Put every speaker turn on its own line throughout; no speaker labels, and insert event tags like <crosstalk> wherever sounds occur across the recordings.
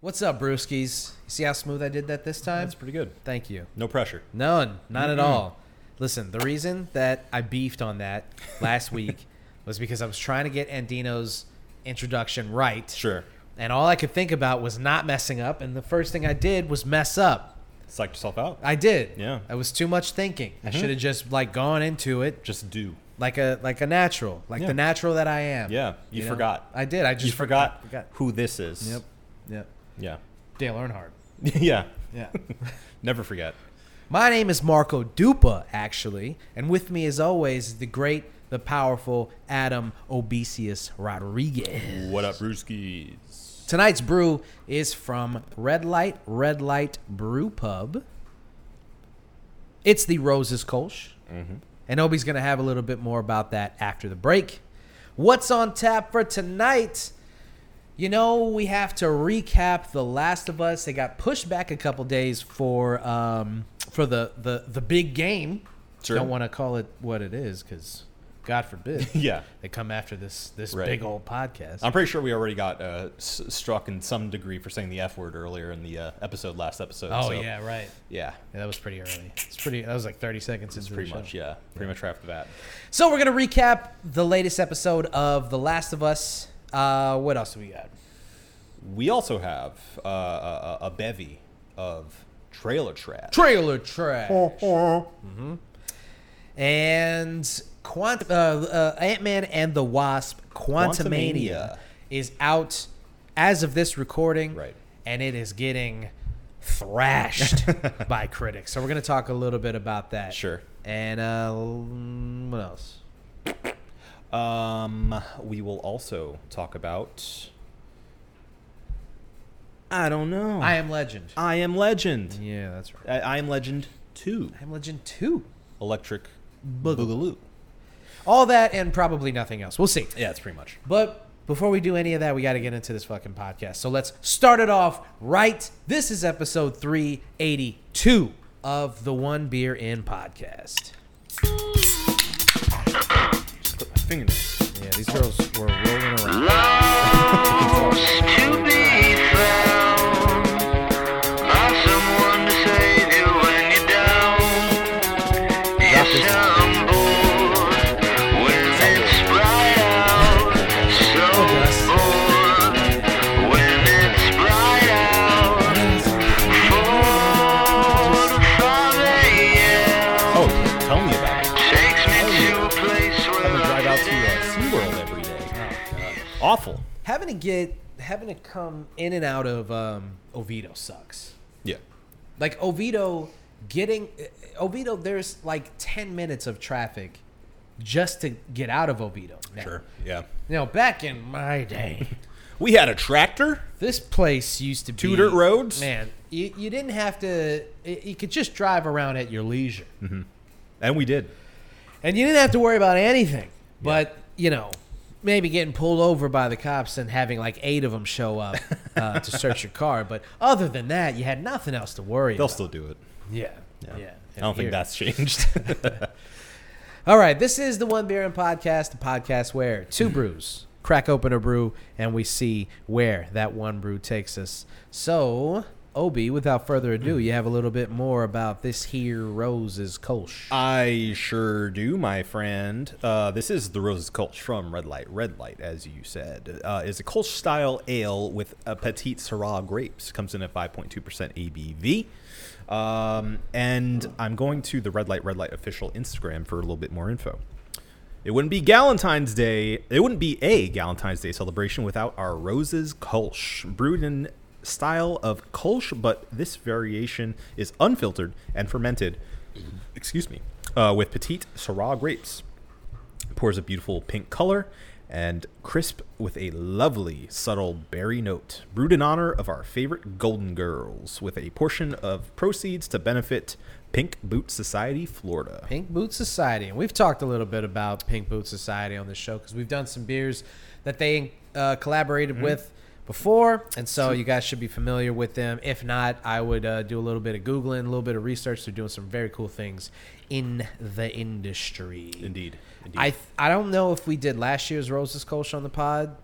What's up, brewskis? See how smooth I did that this time?
That's pretty good.
Thank you.
No pressure.
None. Not at all. Listen, the reason that I beefed on that last
<laughs>
week was because I was trying to get Andino's introduction right.
Sure.
And all I could think about was not messing up. And the first thing I did was mess up.
Psych yourself out.
I did.
Yeah. Mm-hmm.
I was too much thinking. I should have just like gone into it
Just do.
like a like a natural, like
Yeah.
the natural that I am.
Yeah. You,
know?
forgot.
I did. I just
you forgot,
forgot.
who this is.
Yep. Yep.
Yeah. <laughs>
Dale Earnhardt.
yeah.
Yeah.
<laughs> Never forget.
My name is Marco Dupa, actually, and with me, as always, is the great, the powerful Adam Obesius Rodriguez.
What up, brewskis?
Tonight's brew is from Red Light, Red Light Brew Pub. It's the Roses Kolsch.
Mm-hmm.
And Obi's going to have a little bit more about that after the break. What's on tap for tonight? You know, we have to recap The Last of Us. They got pushed back a couple days for um, for the, the, the big game.
Sure.
Don't want to call it what it is because, God forbid,
<laughs> Yeah.
they come after this this
Right.
big old podcast.
I'm pretty sure we already got uh, s- struck in some degree for saying the F word earlier in the uh, episode, last episode.
oh,
so,
yeah, right.
Yeah.
Yeah, that was pretty early. It's pretty. That was like thirty seconds into
Pretty
the
much,
show.
yeah. Pretty much right off the bat.
So we're gonna recap the latest episode of The Last of Us. Uh, what else do we got?
We also have uh, a, a a bevy of trailer trash.
Trailer trash. Mm-hmm. And Quant uh, uh, Ant Man and the Wasp Quantumania
Quantumania.
is out as of this recording.
Right.
And it is getting
<laughs>
thrashed by critics. So we're gonna talk a little bit about that.
Sure.
And uh, mm, what else?
Um, we will also talk about. I don't know.
I am Legend.
I am Legend.
Yeah, that's right.
I, I am Legend 2.
I'm Legend 2.
Electric
Boogaloo.
Boogaloo.
All that and probably nothing else. We'll see.
Yeah, that's pretty much.
But before we do any of that, we got to get into this fucking podcast. So let's start it off right. This is episode 382 of the One Beer In podcast.
Just put my fingernails.
Yeah, these girls were rolling around.
to be found by someone to save you when you're down. Yes, I'm bored when it's bright out. So bored when it's bright out. Four to five a.m.
Oh, tell me about it.
takes me to a place
I
where
would drive out to
I
uh, SeaWorld every day. Awful.
Having to get, having to come in and out of um, Oviedo sucks.
Yeah.
Like Oviedo getting Oviedo there's like 10 minutes of traffic just to get out of Oviedo. now.
Sure. Yeah.
You know, back in my day,
We had a tractor.
this place used to be
Two dirt roads?
Man, you, you didn't have to you- you could just drive around at your leisure.
And we did.
And you didn't have to worry about anything. But, you know, maybe getting pulled over by the cops and having like eight of them show up uh, to search your car, but other than that, you had nothing else to worry
They'll
about.
still do it.
yeah. Yeah.
I don't think
Here.
that's changed.
All right, this is the One Beer and Podcast, the podcast where two brews crack open a brew and we see where that one brew takes us. So, Obi, without further ado, you have a little bit more about this here Rose's Kolsch.
I sure do, my friend. Uh, this is the Roses Kolsch from Red Light. Red Light, as you said, uh, is a Kolsch style ale with a petite Syrah grapes. Comes in at 5.2% ABV. Um, and I'm going to the Red Light, Red Light official Instagram for a little bit more info. It wouldn't be Galentine's Day. It wouldn't be a Galentine's Day celebration without our Roses Kolsch, brewed in style of Kolsch, but this variation is unfiltered and fermented. Excuse me, uh, with petite Syrah grapes. It pours a beautiful pink color and crisp with a lovely subtle berry note. Brewed in honor of our favorite Golden Girls, with a portion of proceeds to benefit Pink Boot Society, Florida.
Pink Boot Society, and we've talked a little bit about Pink Boot Society on this show because we've done some beers that they uh, collaborated
Mm-hmm.
with before, and so you guys should be familiar with them. If not, I would uh, do a little bit of googling, a little bit of research. They're doing some very cool things in the industry.
Indeed. Indeed.
I th- I don't know if we did last year's Roses Kolsch on the pod.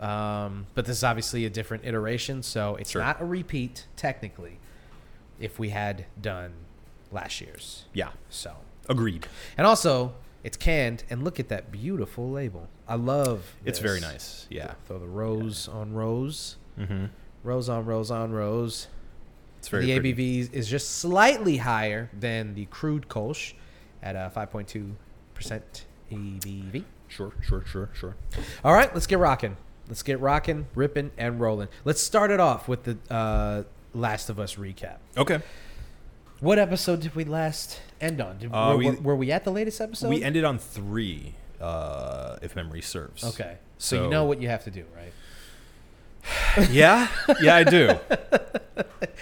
Um, but this is obviously a different iteration, so it's
Sure.
not a repeat technically. If we had done last year's,
Yeah.
so
Agreed.
and also it's canned, and look at that beautiful label. I love.
It's
this.
very nice. Yeah.
Throw the rose on rose,
Mm-hmm.
rose on rose on rose.
It's very
the
pretty.
ABV is just slightly higher than the crude Kolsch at uh, a 5.2% ABV.
Sure, sure, sure, sure.
All right, let's get rocking. Let's get rocking, ripping, and rolling. Let's start it off with the uh, Last of Us recap.
Okay.
What episode did we last end on? Did,
Uh,
were,
we-
were, were we at the latest episode?
we ended on three, uh, if memory serves.
Okay. So, you know what you have to do, right?
<laughs> Yeah, yeah, I do.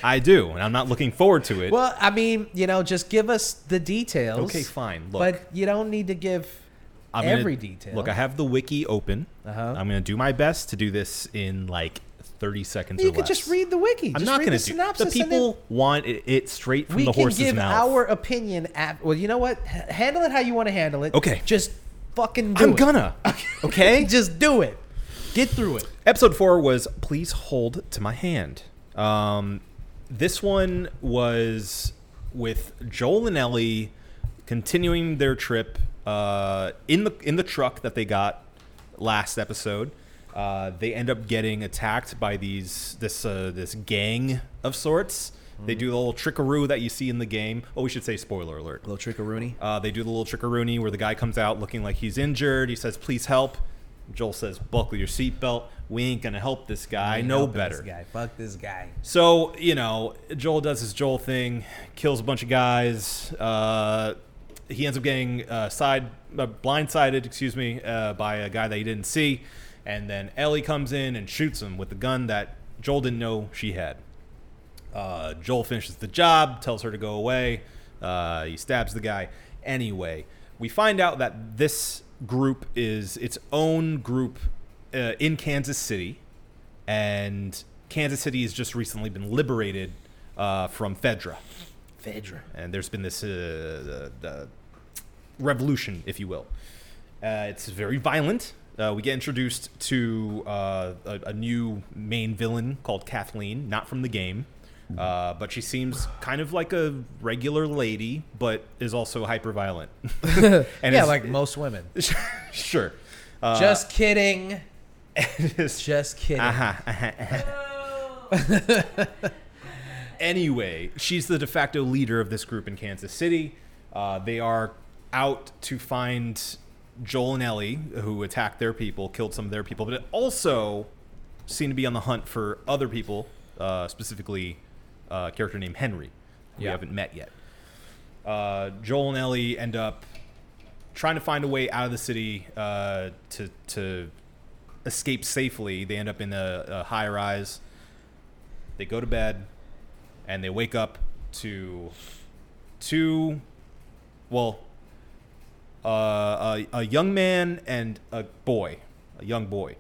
I do, and I'm not looking forward to it.
Well, I mean, you know, just give us the details.
okay, fine. Look,
But you don't need to give
I'm gonna-
every detail.
Look, I have the wiki open.
Uh-huh.
I'm going to do my best to do this in like 30 seconds.
You
or
could
less.
just read the wiki.
I'm
just
not
read
going
the
to do.
synopsis.
The
and then-
people want it, it straight from
we
the
can
horse's
give
mouth.
our opinion. At, well, you know what? H- handle it how you want to handle it.
Okay.
Just fucking do
I'm
it. <laughs>
gonna. Okay.
Just do it. Get through it.
Episode four was "Please Hold to My Hand." Um, this one was with Joel and Ellie continuing their trip uh, in the in the truck that they got last episode. Uh, they end up getting attacked by these this uh, this gang of sorts. They do the little trickaroo that you see in the game. Oh, we should say spoiler alert.
Little trickeroony.
Uh, they do the little trickaroony where the guy comes out looking like he's injured. He says, "Please help." Joel says, "Buckle your seatbelt. We ain't gonna help this guy. I know better."
guy. Fuck this guy.
So you know, Joel does his Joel thing, kills a bunch of guys. Uh, he ends up getting uh, side uh, blindsided, excuse me, uh, by a guy that he didn't see, and then Ellie comes in and shoots him with the gun that Joel didn't know she had. Uh, Joel finishes the job, tells her to go away. Uh, he stabs the guy. Anyway, we find out that this group is its own group uh, in Kansas City, and Kansas City has just recently been liberated uh, from Fedra,
<laughs> Phaedra.
and there's been this uh, uh, uh, revolution, if you will. Uh, it's very violent. Uh, we get introduced to uh, a, a new main villain called Kathleen, not from the game, uh, but she seems kind of like a regular lady, but is also hyper violent. and
yeah,
is-
like most women.
<laughs> sure. Uh,
just
<laughs>
kidding.
it is-
Just kidding.
Uh-huh, uh-huh, uh-huh. <laughs> anyway, she's the de facto leader of this group in Kansas City. Uh, they are out to find Joel and Ellie, who attacked their people, killed some of their people, but also seem to be on the hunt for other people, uh, specifically uh, a character named Henry, who
Yeah.
we haven't met yet. Uh, Joel and Ellie end up trying to find a way out of the city uh, to to escape safely. They end up in a, a high rise. They go to bed, and they wake up to two, well, uh, a, a young man and a boy, a young boy,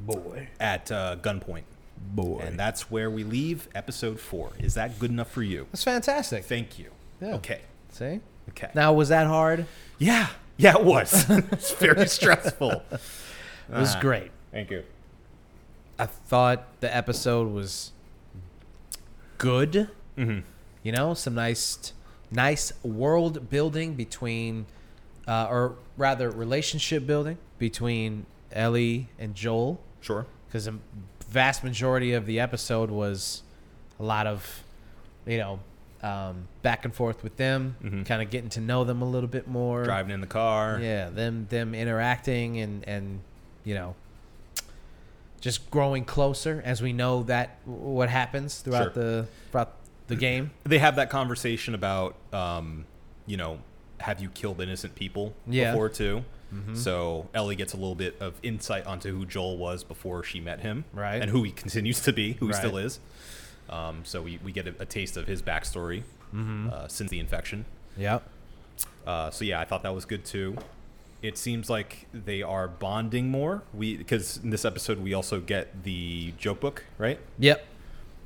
Boy.
at uh, gunpoint.
Boy.
And that's where we leave episode four. Is that good enough for you?
That's fantastic.
Thank you.
Yeah.
Okay.
See?
Okay.
Now, was that hard?
Yeah, yeah, it was. <laughs>
<laughs>
it's very stressful.
It was
Ah.
great.
Thank you.
Uh, I thought the episode was good. Mm-hmm. You know, some nice, nice world building between, uh, or rather, relationship building between Ellie and Joel.
Sure.
Because the vast majority of the episode was a lot of, you know, um, back and forth with them, kind of getting to know them a little bit more.
Driving in the car.
Yeah, them them interacting and and you know just growing closer as we know that what happens throughout
Sure.
the throughout the
<clears throat>
game.
They have that conversation about, um, you know, have you killed innocent people
Yeah. Mm-hmm.
before too? So Ellie gets a little bit of insight onto who Joel was before she met him,
Right.
And who he <laughs> continues to be, who
Right.
he still is. Um, so we, we get a, a taste of his backstory
Mm-hmm.
uh, since the infection.
Yep.
Uh, so yeah, I thought that was good too. It seems like they are bonding more. We because in this episode we also get the joke book, right?
Yep.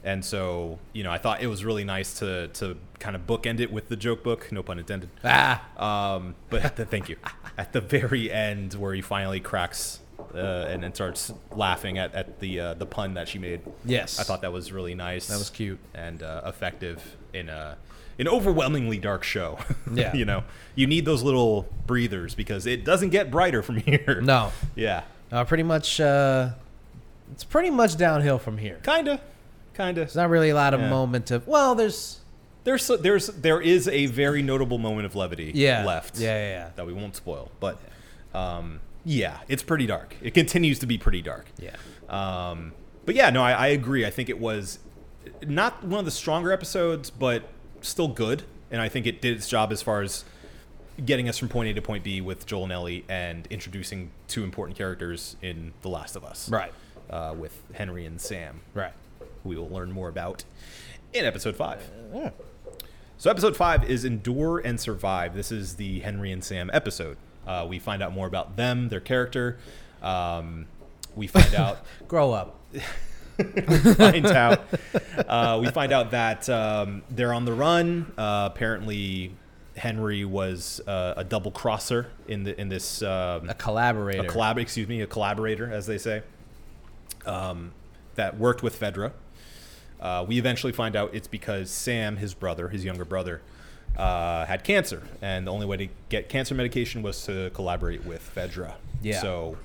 And so you know, I thought it was really nice to to kind of bookend it with the joke book, no pun intended.
Ah.
<laughs> Um, but at the, thank you. At the very end, where he finally cracks uh, and then starts laughing at, at the uh, the pun that she made.
Yes.
I thought that was really nice.
That was cute.
and uh, effective in a an overwhelmingly dark show. <laughs>
Yeah.
you know, you need those little breathers because it doesn't get brighter from <laughs> here.
No,
Yeah.
uh, pretty much. Uh, it's pretty much downhill from here.
Kinda. Kinda.
There's not really a lot of
Yeah.
moment of. Well, there's
There's there's there is a very notable moment of levity
yeah
left.
Yeah, yeah, yeah.
that we won't spoil. But um, yeah, it's pretty dark. It continues to be pretty dark.
Yeah.
Um, but yeah, no, I, I agree. I think it was not one of the stronger episodes, but still good. And I think it did its job as far as getting us from point A to point B with Joel and Ellie and introducing two important characters in The Last of Us.
Right.
Uh, with Henry and Sam,
Right.
who we will learn more about in episode five. So, episode five is Endure and Survive. This is the Henry and Sam episode. Uh, we find out more about them, their character. Um, we find out
Grow up.
find out. Uh, we find out that um, they're on the run. Uh, apparently, Henry was uh, a double crosser in the in this um, <laughs>
A collaborator.
a collab. Excuse me, a collaborator, as they say, um, that worked with Fedra. Uh, we eventually find out it's because Sam, his brother, his younger brother, uh, had cancer, and the only way to get cancer medication was to collaborate with Fedra.
Yeah.
So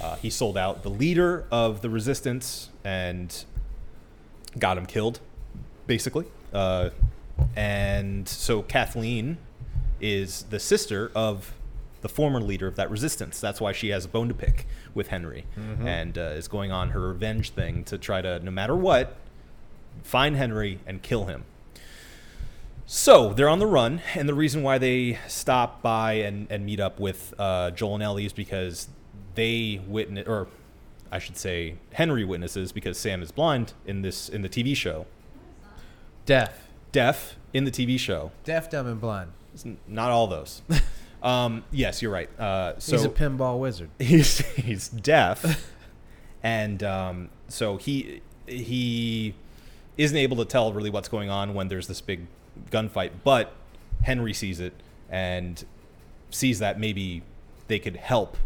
uh, he sold out the leader of the resistance and got him killed, basically. Uh, and so Kathleen is the sister of the former leader of that resistance. That's why she has a bone to pick with Henry and uh, is going on her revenge thing to try to, no matter what, find Henry and kill him. So they're on the run, and the reason why they stop by and, and meet up with uh, Joel and Ellie is because they witness, or I should say, Henry witnesses because Sam is blind in this in the TV show,
Deaf.
deaf in the TV show.
Deaf, dumb, and blind.
It's n- not all those.
<laughs>
um, yes, you're right. Uh, so
He's a pinball wizard.
<laughs> he's he's deaf, and um, so he he isn't able to tell really what's going on when there's this big gunfight. But Henry sees it and sees that maybe they could help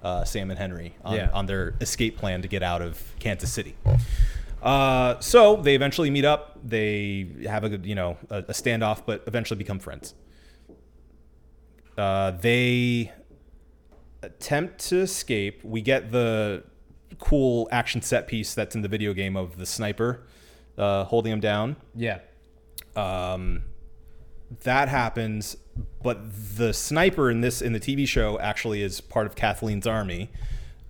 uh, Sam and Henry on,
Yeah.
on their escape plan to get out of Kansas City. Uh, so they eventually meet up. They have a good, you know, a, a standoff, but eventually become friends. Uh, they attempt to escape. We get the cool action set piece that's in the video game of the sniper uh, holding him down.
Yeah.
Um, that happens, but the sniper in this in the TV show actually is part of Kathleen's army.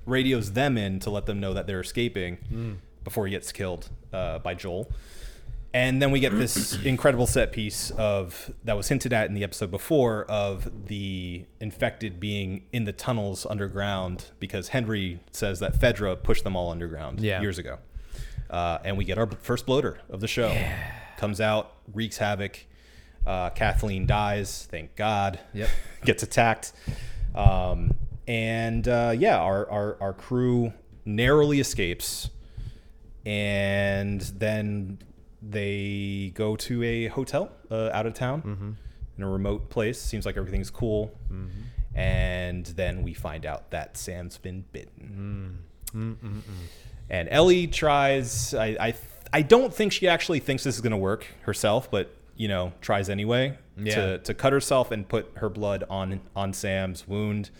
Radios them in to let them know that they're escaping before he gets killed uh, by Joel. And then we get this incredible set piece of that was hinted at in the episode before of the infected being in the tunnels underground because Henry says that Fedra pushed them all underground
Yeah.
years ago. Uh, and we get our b- first bloater of the show. Comes out, wreaks havoc. Uh, Kathleen dies, thank God.
Yep.
<laughs> Gets attacked. Um, and uh, yeah, our, our, our crew narrowly escapes and then they go to a hotel uh, out of town in a remote place. Seems like everything's cool. And then we find out that Sam's been bitten. And Ellie tries. I, I I don't think she actually thinks this is gonna work herself, but you know tries anyway
Yeah.
to to cut herself and put her blood on on Sam's wound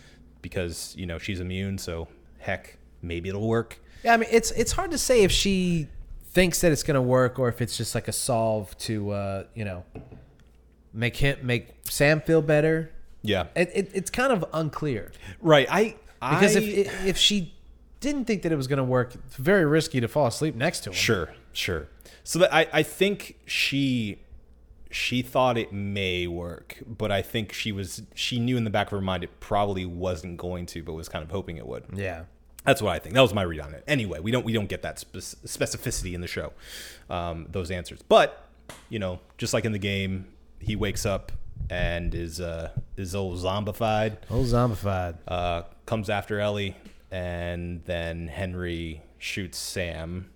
because you know she's immune. So heck, maybe it'll work.
Yeah, I mean it's it's hard to say if she thinks that it's gonna work or if it's just like a solve to uh, you know make him make Sam feel better.
Yeah.
It, it, it's kind of unclear
Right. I.
because
I-
if if she didn't think that it was gonna work, it's very risky to fall asleep next to him.
Sure, sure. So that I, I think she she thought it may work, but I think she was she knew in the back of her mind it probably wasn't going to, but was kind of hoping it would.
Yeah.
That's what I think. That was my read on it. Anyway, we don't we don't get that spec- specificity in the show, um, those answers. But you know, just like in the game, he wakes up and is uh, is old zombified
Oh, zombified.
uh, comes after Ellie, and then Henry shoots Sam.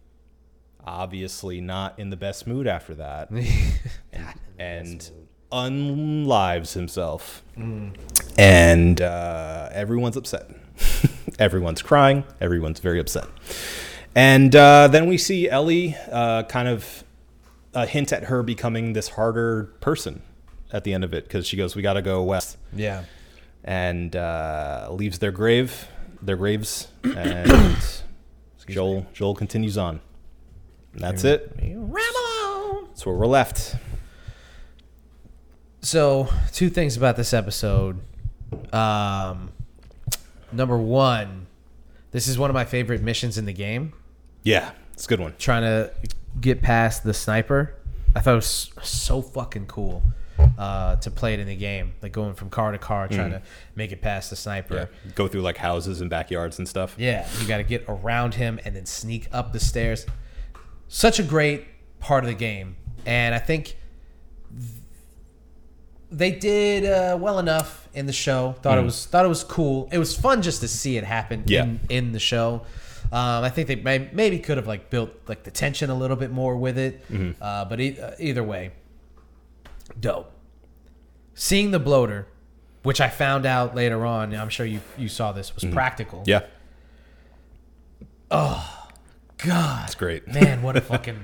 Obviously, not in the best mood after that, and unlives himself. And uh, everyone's upset. <laughs> Everyone's crying. Everyone's very upset. And uh, then we see Ellie uh, kind of a hint at her becoming this harder person at the end of it because she goes, "We got to go west,"
Yeah.
and uh, leaves their grave,
<coughs>
their graves, and Joel Joel continues on. And that's it. That's where we're left.
So, two things about this episode. Um, number one, this is one of my favorite missions in the game.
Yeah, it's a good one.
trying to get past the sniper. I thought it was so fucking cool uh, to play it in the game, like going from car to car, trying to make it past the
Yeah.
sniper.
Go through like houses and backyards and stuff.
Yeah, you got to get around him and then sneak up the stairs. Such a great part of the game, and I think th- they did uh, well enough in the show. Thought it was thought it was cool. It was fun just to see it happen
Mm. Yeah.
in, in the show. Um, I think they may, maybe could have like built like the tension a little bit more with it,
Mm-hmm.
uh, but e- uh, either way, dope. Seeing the bloater, which I found out later on, and I'm sure you you saw this was practical.
Mm-hmm. Yeah,
God,
it's great.
man, what a fucking,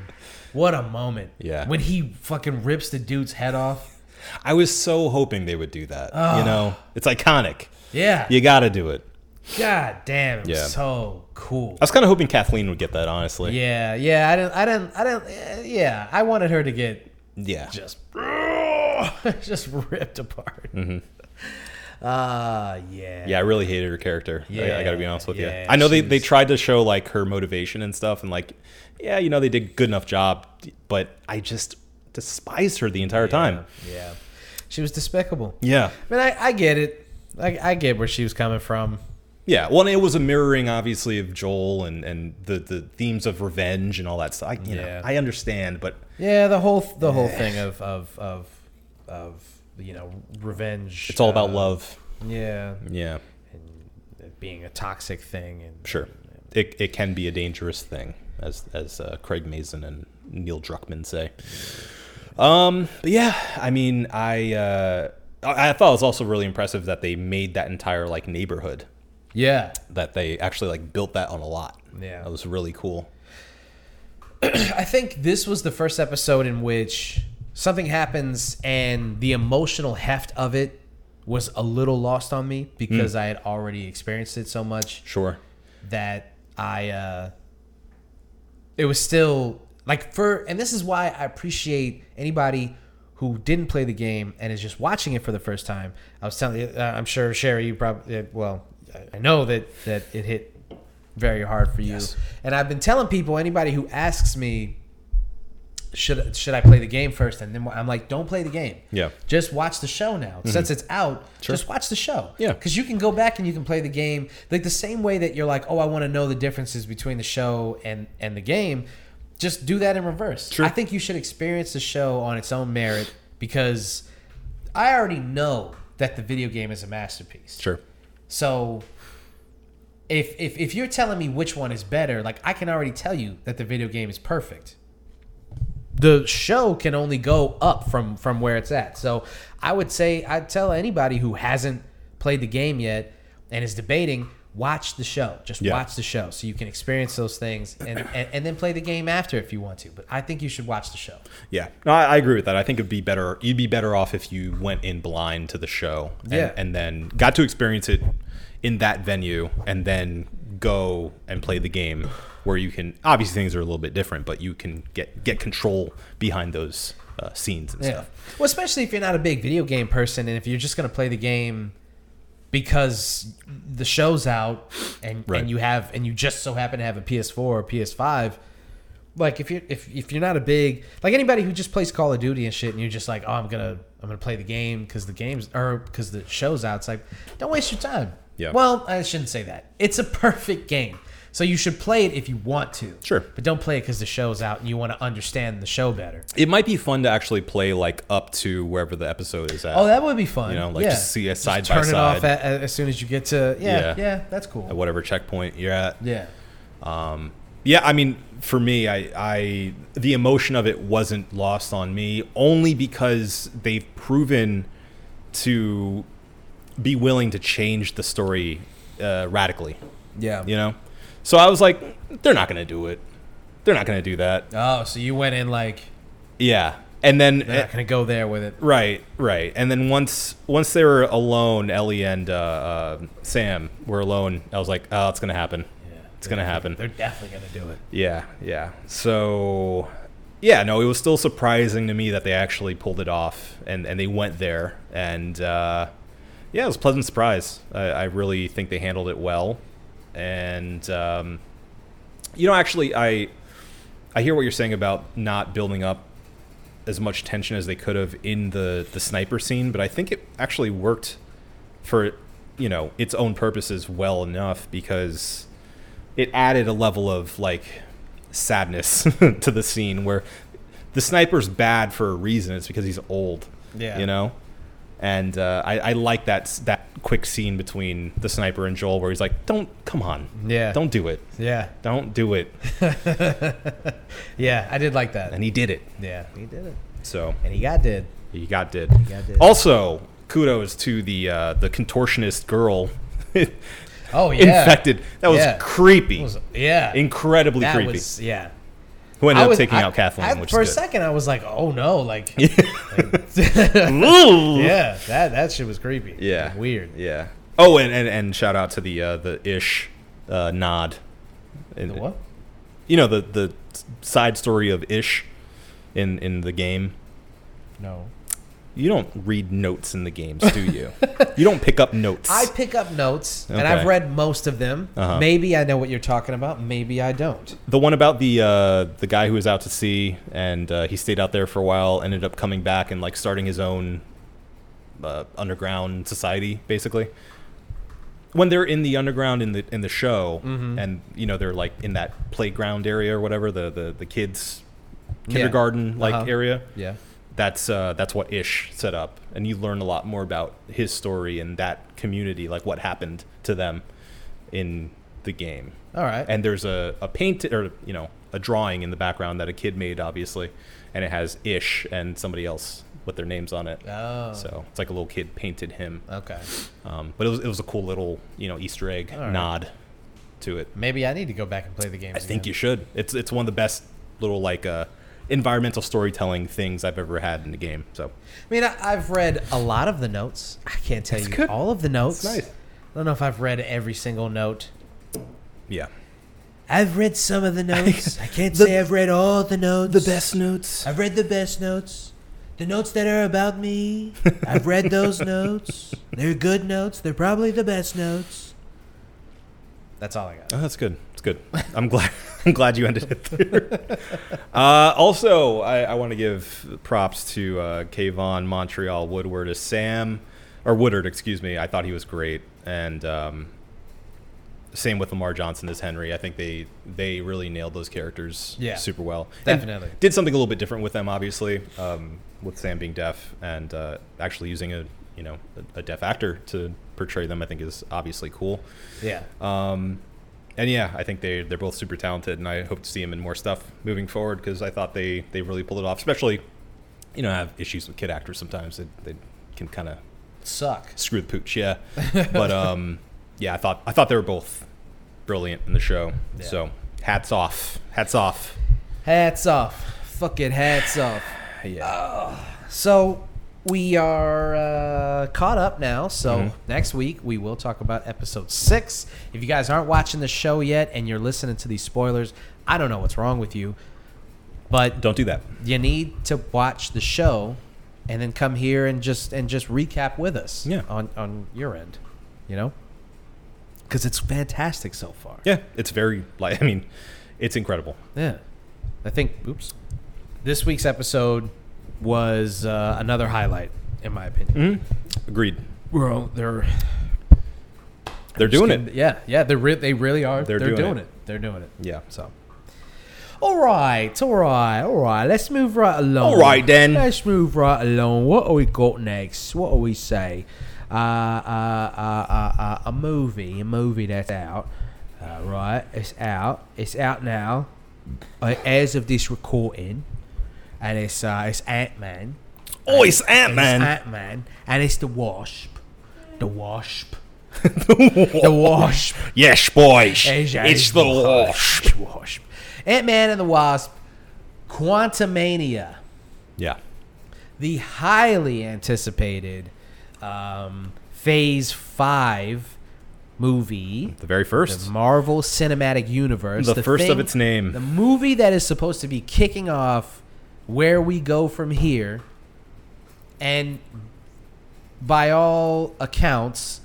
what a moment.
Yeah.
When he fucking rips the dude's head off.
<laughs> I was so hoping they would do that. You know, it's iconic.
Yeah.
You got to do it.
God damn, it was
Yeah.
so cool.
I was kind of hoping Kathleen would get that, honestly.
Yeah, yeah. I didn't, I didn't, I didn't. eh, Yeah, I wanted her to get
Yeah.
just, <laughs> just ripped apart. <laughs> Uh, yeah.
Mm-hmm. Yeah, I really hated her character. Yeah, I, got to be
Yeah,
honest with
yeah,
you. I know they,
she
they
was-
tried to show like her motivation and stuff, and like, yeah, you know, they did a good enough job, but I just despised her the entire time.
Yeah. She was despicable.
Yeah.
I mean, I, I get it. I, I get where she was coming from.
Yeah. Well, and it was a mirroring, obviously, of Joel and, and the, the themes of revenge and all that stuff. I, you
Yeah.
know, I understand, but
Yeah, the whole the whole thing of of of of you know revenge.
it's all about
uh,
love.
Yeah,
Yeah.
and it being a toxic thing and
Sure. It, it can be a dangerous thing, as as uh, Craig Mazin and Neil Druckmann say. Um, but yeah, I mean, I uh, I I thought it was also really impressive that they made that entire like neighborhood
yeah. <clears throat>
that they actually like built that on a lot.
Yeah.
that was really cool.
I think this was the first episode in which something happens and the emotional heft of it was a little lost on me because I had already experienced it so much.
Sure.
that I uh it was still like for and this is why I appreciate anybody who didn't play the game and is just watching it for the first time. I was telling you, uh, I'm sure Sherry, you probably uh, well, I- I know that that it hit very hard for you. And I've been telling people, anybody who asks me, should should I play the game first? And then I'm like, don't play the game.
Yeah. Mm-hmm.
just watch the show now. Since it's out, just watch the show.
Yeah.
because you can go back and you can play the game like the same way that you're like, oh, I want to know the differences between the show and and the game. Just do that in reverse.
Sure.
I think you should experience the show on its own merit because I already know that the video game is a masterpiece.
Sure.
So if, if if you're telling me which one is better, like I can already tell you that the video game is perfect. The show can only go up from from where it's at. So I would say I'd tell anybody who hasn't played the game yet and is debating watch the show just
Yeah.
watch the show so you can experience those things and, and and then play the game after if you want to but i think you should watch the show
Yeah, no, I, I agree with that. I think it'd be better. You'd be better off if you went in blind to the show, and,
Yeah.
and then got to experience it in that venue, and then go and play the game where you can. Obviously, things are a little bit different, but you can get get control behind those uh, scenes and
Yeah.
stuff.
Well, especially if you're not a big video game person and if you're just going to play the game because the show's out and,
Right.
and you have and you just so happen to have a PS4 or PS5 like if you are if if you're not a big like anybody who just plays Call of Duty and shit and you're just like oh I'm going to I'm going to play the game cuz the game's or cuz the show's out it's like don't waste your time.
Yeah.
Well, I shouldn't say that. It's a perfect game. So you should play it if you want to.
Sure.
But don't play it cuz the show's out and you want to understand the show better.
It might be fun to actually play like up to wherever the episode is at.
Oh, that would be fun.
You know, like,
yeah.
just see a side by
turn it off
side.
at, at- as soon as you get to. Yeah, yeah,
Yeah.
that's
at
cool.
whatever checkpoint you're at.
Yeah,
Yeah, I mean, for me, I, I the emotion of it wasn't lost on me only because they've proven to be willing to change the story uh, radically
Yeah.
You know, so I was like, they're not gonna do it. They're not gonna do that.
Oh, so you went in like
Yeah, and then
they're not gonna go there with it.
Right, right. And then once once they were alone, Ellie and uh, uh, Sam were alone. I was like, oh, it's gonna happen. it's gonna happen.
They're definitely gonna do it.
Yeah, yeah. So, yeah, no, it was still surprising to me that they actually pulled it off and, and they went there. And uh, yeah, it was a pleasant surprise. I, I really think they handled it well. And, um, you know, actually, I, I hear what you're saying about not building up as much tension as they could have in the, the sniper scene, but I think it actually worked for, you know, its own purposes well enough because it added a level of like sadness <laughs> to the scene where the sniper's bad for a reason. It's because he's old.
Yeah.
You know, and uh, I, I like that s- that quick scene between the sniper and Joel where he's like, "Don't come on,
Yeah.
don't do it,
Yeah.
don't do it,"
Yeah, I did like that.
and he did it.
yeah. He did it.
So
And he got did.
he got did.
got did.
Also, kudos to the uh, the contortionist girl. <laughs>
Oh yeah.
Infected. That was
Yeah.
creepy.
It was- yeah.
Incredibly
that
creepy.
was yeah.
Who ended
I
up
was-
taking
I-
out Kathleen,
I-
which
for
is
a
good.
second I was like, oh no,
<laughs>
like
Ooh.
yeah, that that shit was creepy.
Yeah.
Weird.
Yeah. Oh, and, and, and shout out to the uh, the ish uh, nod. And,
The what?
You know the the side story of ish in in the game.
No.
You don't read notes in the games,
<laughs>
do you? you don't pick up notes.
I pick up notes and
Okay.
I've read most of them.
Uh-huh.
Maybe I know what you're talking about, maybe I don't.
the one about the uh, the guy who was out to sea and uh, he stayed out there for a while, ended up coming back and like starting his own uh, underground society, basically. When they're in the underground in the in the show,
Mm-hmm.
and you know they're like in that playground area or whatever the the, the kids kindergarten like
Uh-huh.
area.
Yeah.
That's uh, that's what Ish set up, and you learn a lot more about his story and that community, like what happened to them in the game
All right.
and there's a, a paint or you know a drawing in the background that a kid made obviously and it has ish and somebody else with their names on it
Oh.
so it's like a little kid painted him
okay.
um, but it was, it was a cool little you know easter egg
right.
nod to it
Maybe I need to go back and play the game.
i think you should it's it's one of the best little like uh, environmental storytelling things i've ever had in the game so
I mean, I, I've read a lot of the notes. I can't tell you
good.
all of the notes.
That's nice.
I don't know if I've read every single note.
yeah
I've read some
<laughs>
of the notes. I can't say I've read all the notes.
notes
I've read the best notes. The notes that are about
<laughs>
me. I've read those notes. They're good notes. They're probably the best notes. That's all I got.
Oh, that's good. It's good. I'm glad. <laughs> I'm glad you ended it there. Uh, also, I, I want to give props to uh, Kayvon Montreal Woodward as Sam, or Woodard, excuse me. I thought he was great, and um, same with Lamar Johnson as Henry. I think they they really nailed those characters
Yeah.
super well. And
Definitely.
did something a little bit different with them, obviously, um, with Sam being deaf and uh, actually using a you know a, a deaf actor to portray them. I think is obviously cool.
Yeah.
Um, and yeah, I think they they're both super talented, and I hope to see them in more stuff moving forward because I thought they they really pulled it off. Especially, you know, I have issues with kid actors sometimes; they, they can kind of
Suck.
screw the
<laughs>
pooch, yeah. but um, yeah, I thought I thought they were both brilliant in the show.
Yeah.
So hats off, hats off.
Hats off. Fucking hats off.
Yeah,
So we are uh, caught up now. So next week we will talk about episode six. If you guys aren't watching the show yet and you're listening to these spoilers, I don't know what's wrong with you, but
don't do that.
you need to watch the show and then come here and just and just recap with us.
Yeah.
On on your end, you know, because it's fantastic so far.
Yeah, it's very like I mean, it's incredible.
Yeah. I think, oops. This week's episode was uh, another highlight, in my opinion.
Agreed.
We're all, they're
They're doing
Just
it.
gonna- Yeah, yeah, they re- they really are. They're,
They're
doing,
doing
it.
it.
They're doing it.
Yeah.
So, all right, all right, all right. Let's move right along.
All right, then.
Let's move right along. What are we got next? What do we say? Uh, uh, uh, uh, uh, a movie, a movie that's out. Uh, right, it's out. It's out now. Uh, as of this recording, and it's uh, it's Ant Man.
Oh, it's Ant
It's
Man. <laughs>
Ant Man, and it's the Wasp. The Wasp. The Wasp.
Yes, boys.
It's the Wasp. Wasp. Ant Man and the Wasp. Quantumania.
Yeah.
the highly anticipated um, Phase 5 movie,
The very first.
the Marvel Cinematic Universe.
The first of its name.
The movie that is supposed to be kicking off where we go from here. And by all accounts,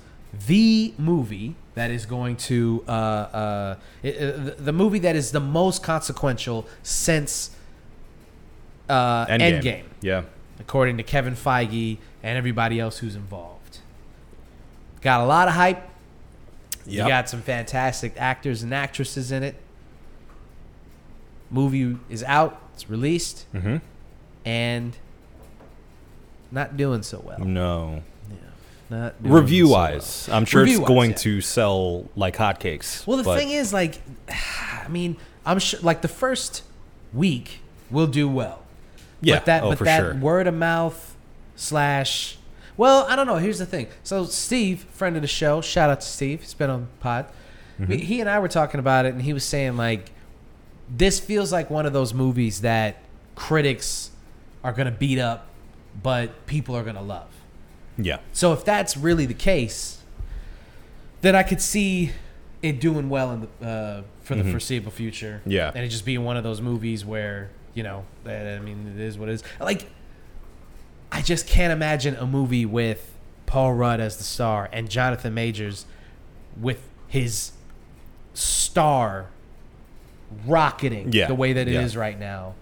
the movie that is going to uh, uh, i- i- the the movie that is the most consequential since uh,
Endgame.
Endgame
Yeah.
according to Kevin Feige and everybody else who's involved. Got a lot of hype.
Yeah.
You got some fantastic actors and actresses in it. Movie is out. It's released
Mhm.
and not doing so
Mm.
well.
No.
Not doing
Review
so
wise, I'm sure it's
Review-wise,
going
yeah.
to sell like hotcakes.
Well, the
but
thing is, like, <sighs> I mean, I'm sure, like, the first week will do well.
yeah.
but that,
oh,
but
for
that
sure.
word of mouth slash. Well, I don't know. Here's the thing. So Steve, friend of the show, shout out to Steve. He's been on the pod.
Mm-hmm.
We- He and I were talking about it, and he was saying like, this feels like one of those movies that critics are gonna beat up, but people are gonna love.
yeah.
So if that's really the case, then I could see it doing well in the uh, for the foreseeable future.
Mm-hmm. Yeah.
and it just being one of those movies where you know, that- I mean, it is what it is. Like, I just can't imagine a movie with Paul Rudd as the star and Jonathan Majors with his star rocketing
Yeah,
the way that it is
yeah.
right now,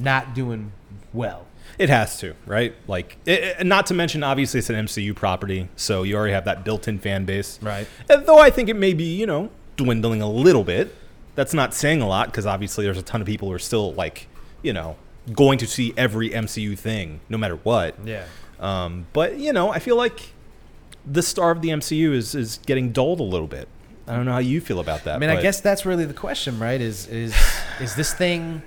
not doing well.
It has to, right? Like, it, it- not to mention, obviously, it's an MCU property, so you already have that built-in fan base.
Right.
And though I think it may be, you know, dwindling a little bit. That's not saying a lot because obviously there's a ton of people who are still like, you know, going to see every MCU thing no matter what.
Yeah.
Um, but you know, I feel like the star of the MCU is is getting dulled a little bit. I don't know how you feel about that.
I mean, I
but-
guess that's really the question, right? Is is is this thing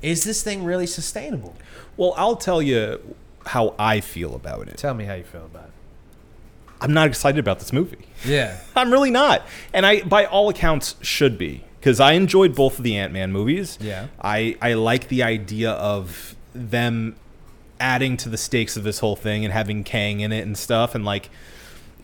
is this thing really sustainable?
Well, I'll tell you how I feel about it.
Tell me how you feel about it.
I'm not excited about this movie.
Yeah.
I'm really not. And I, by all accounts, should be because I enjoyed both of the Ant Man movies.
Yeah.
I, I like the idea of them adding to the stakes of this whole thing and having Kang in it and stuff and like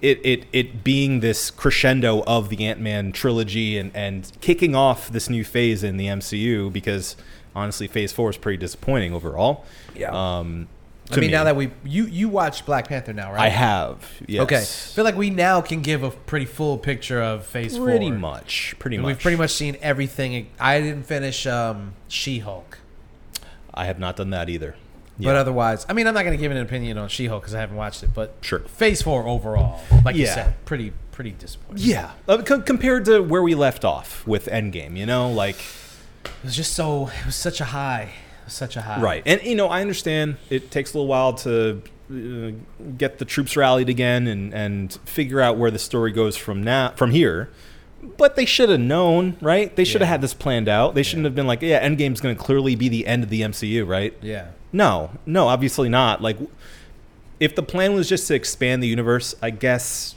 it it it being this crescendo of the Ant Man trilogy and and kicking off this new phase in the MCU because honestly, Phase Four is pretty disappointing overall.
Yeah.
Um.
I
to
mean,
me.
now that we you you watched Black Panther now, right?
I have. Yes.
Okay. I feel like we now can give a pretty full picture of Phase
Pretty
Four.
much. Pretty
And
much.
We've pretty much seen everything. I didn't finish um, She-Hulk,
I have not done that either.
but uh, otherwise, I mean, I'm not going to give an opinion on She-Hulk because I haven't watched it. But
Sure.
Phase Four overall, like you
Yeah.
said, pretty pretty disappointing.
Yeah, uh, c- compared to where we left off with Endgame, you know, like
It was just so it was such a high, it was such a high.
right. And you know, I understand it takes a little while to uh, get the troops rallied again and and figure out where the story goes from now from here. But they should have known, right? They should have
Yeah.
had this planned out. They shouldn't have been like, yeah, Endgame's going to clearly be the end of the MCU, right?
Yeah.
No, no, obviously not. Like, w- if the plan was just to expand the universe, I guess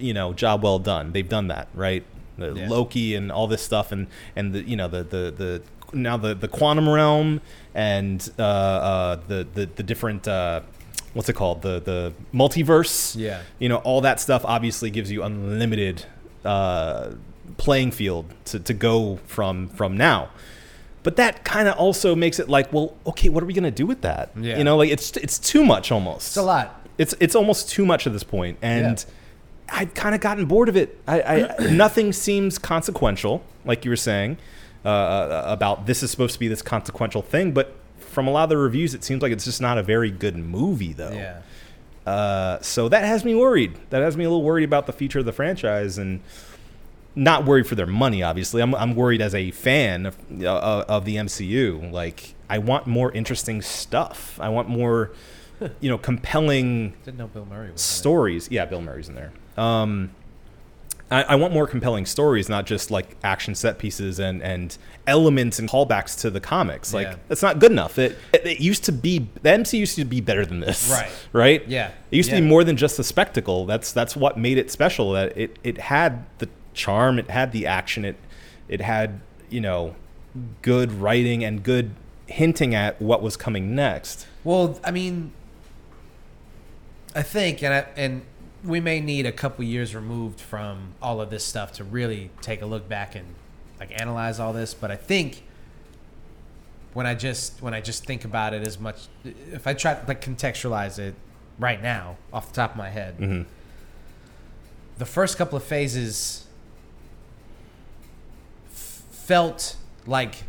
you know, job well done. They've done that, right? The
Yeah.
Loki and all this stuff, and and the you know the the the now the the quantum realm and uh, uh, the the the different. Uh, What's it called? The the multiverse.
Yeah.
You know, all that stuff obviously gives you unlimited uh, playing field to, to go from from now. But that kind of also makes it like, well, okay, what are we gonna do with that?
Yeah.
You know, like it's it's too much almost.
It's a lot.
It's it's almost too much at this point, and I'd kind of gotten bored of it. I,
<clears throat>
I nothing seems consequential, like you were saying uh, about this is supposed to be this consequential thing, but from a lot of the reviews, it seems like it's just not a very good movie, though.
Yeah.
Uh, so that has me worried. That has me a little worried about the future of the franchise and not worried for their money, obviously. I'm, I'm worried as a fan of, uh, of the MCU. Like, I want more interesting stuff. I want more, you know, compelling <sighs>
Didn't know Bill Murray was. in it.
stories. Yeah, Bill Murray's in there. Um, I, I want more compelling stories, not just like action set pieces and, and elements and callbacks to the comics. Like
Yeah.
that's not good enough. It, it it used to be the MC used to be better than this.
Right.
<laughs> Right.
Yeah.
It used to be
Yeah.
more than just a spectacle. That's that's what made it special. That it it had the charm. It had the action. It it had you know good writing and good hinting at what was coming next.
Well, I mean, I think, and I, and we may need a couple years removed from all of this stuff to really take a look back and like analyze all this. But I think when I just when I just think about it as much, if I try to like contextualize it right now off the top of my head, the first couple of phases f- felt like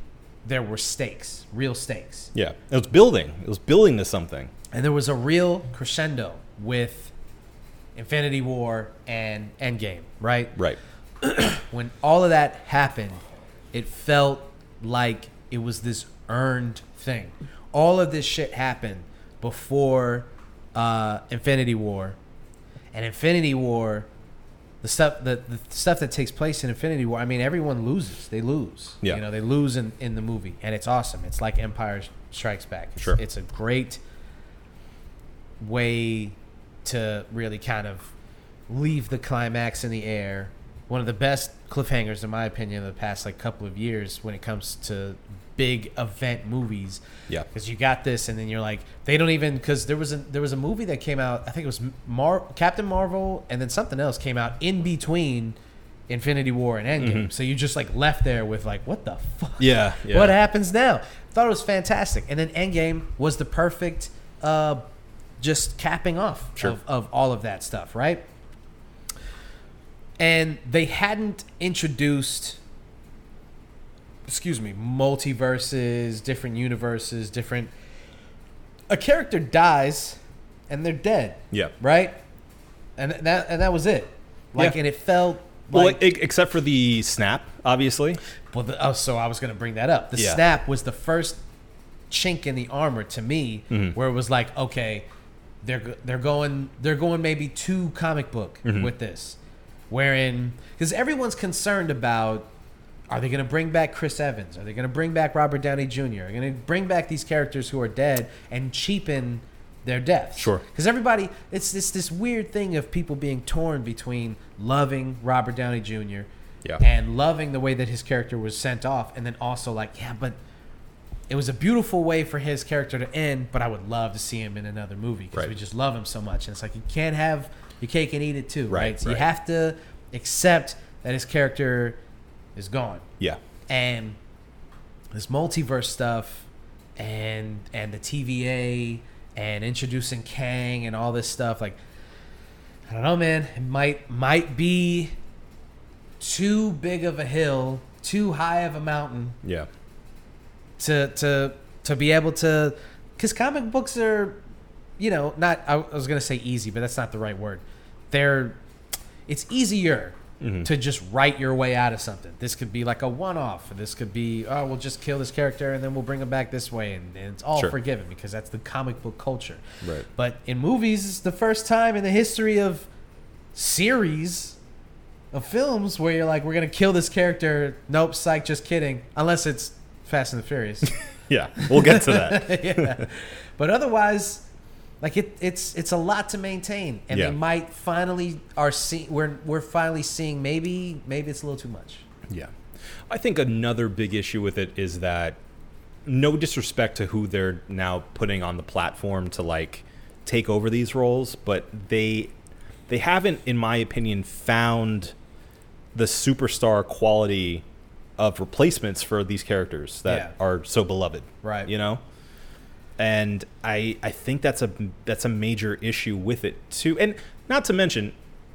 there were stakes, real stakes
Yeah. It was building. It was building to something.
and there was a real crescendo with Infinity War and Endgame, right?
Right.
When all of that happened, it felt like it was this earned thing. All of this shit happened before uh, Infinity War, and Infinity War, the stuff the, the stuff that takes place in Infinity War. I mean, everyone loses. They lose.
Yeah.
You know, they lose in, in the movie, and it's awesome. It's like Empire Strikes Back. It's,
Sure.
It's a great way to really kind of leave the climax in the air. One of the best cliffhangers, in my opinion, of the past like couple of years when it comes to big event movies.
Yeah.
because you got this, and then you're like, they don't even because there was a there was a movie that came out. I think it was Mar- Captain Marvel, and then something else came out in between Infinity War and Endgame. So you just like left there with like, what the fuck?
Yeah. yeah.
What happens now? Thought it was fantastic, and then Endgame was the perfect, uh, just capping off
Sure.
of, of all of that stuff, right? And they hadn't introduced, excuse me, multiverses, different universes, different. A character dies, and they're dead,
Yeah.
right? And that and that was it. Like,
Yeah.
and it felt
Well,
like
e- except for the snap, obviously.
Well, the, oh, so I was going to bring that up. The
Yeah.
snap was the first chink in the armor to me,
Mm-hmm.
where it was like, okay, they're go- they're going they're going maybe too comic book
Mm-hmm.
with this, wherein because everyone's concerned about are they going to bring back Chris Evans? Are they going to bring back Robert Downey Jr.? Are they going to bring back these characters who are dead and cheapen their deaths?
Sure.
Because everybody, it's this this weird thing of people being torn between loving Robert Downey Jr.
Yeah.
and loving the way that his character was sent off, and then also like, yeah, but it was a beautiful way for his character to end. But I would love to see him in another movie because
Right.
we just love him so much. And it's like you can't have your cake and eat it too, right?
Right,
So you
right.
have to accept that his character is gone
Yeah.
and this multiverse stuff and and the TVA and introducing Kang and all this stuff like I don't know man it might might be too big of a hill too high of a mountain
Yeah.
to to to be able to because comic books are you know not I was gonna say easy but that's not the right word they're it's easier to just write your way out of something this could be like a one-off this could be oh we'll just kill this character and then we'll bring him back this way and, and it's all
Sure.
forgiven because that's the comic book culture
Right.
but in movies it's the first time in the history of series of films where you're like, we're gonna kill this character. Nope, psych, just kidding. Unless it's Fast and the
<laughs>
Furious. <laughs>
Yeah. We'll get to that.
yeah. But otherwise, like it, it's it's a lot to maintain, and
Yeah.
they might finally are seeing we're we're finally seeing maybe maybe it's a little too much.
yeah. I think another big issue with it is that no disrespect to who they're now putting on the platform to like take over these roles, but they they haven't in my opinion found the superstar quality of replacements for these characters that
Yeah.
are so beloved.
Right.
You know? and I I think that's a that's a major issue with it too. And not to mention,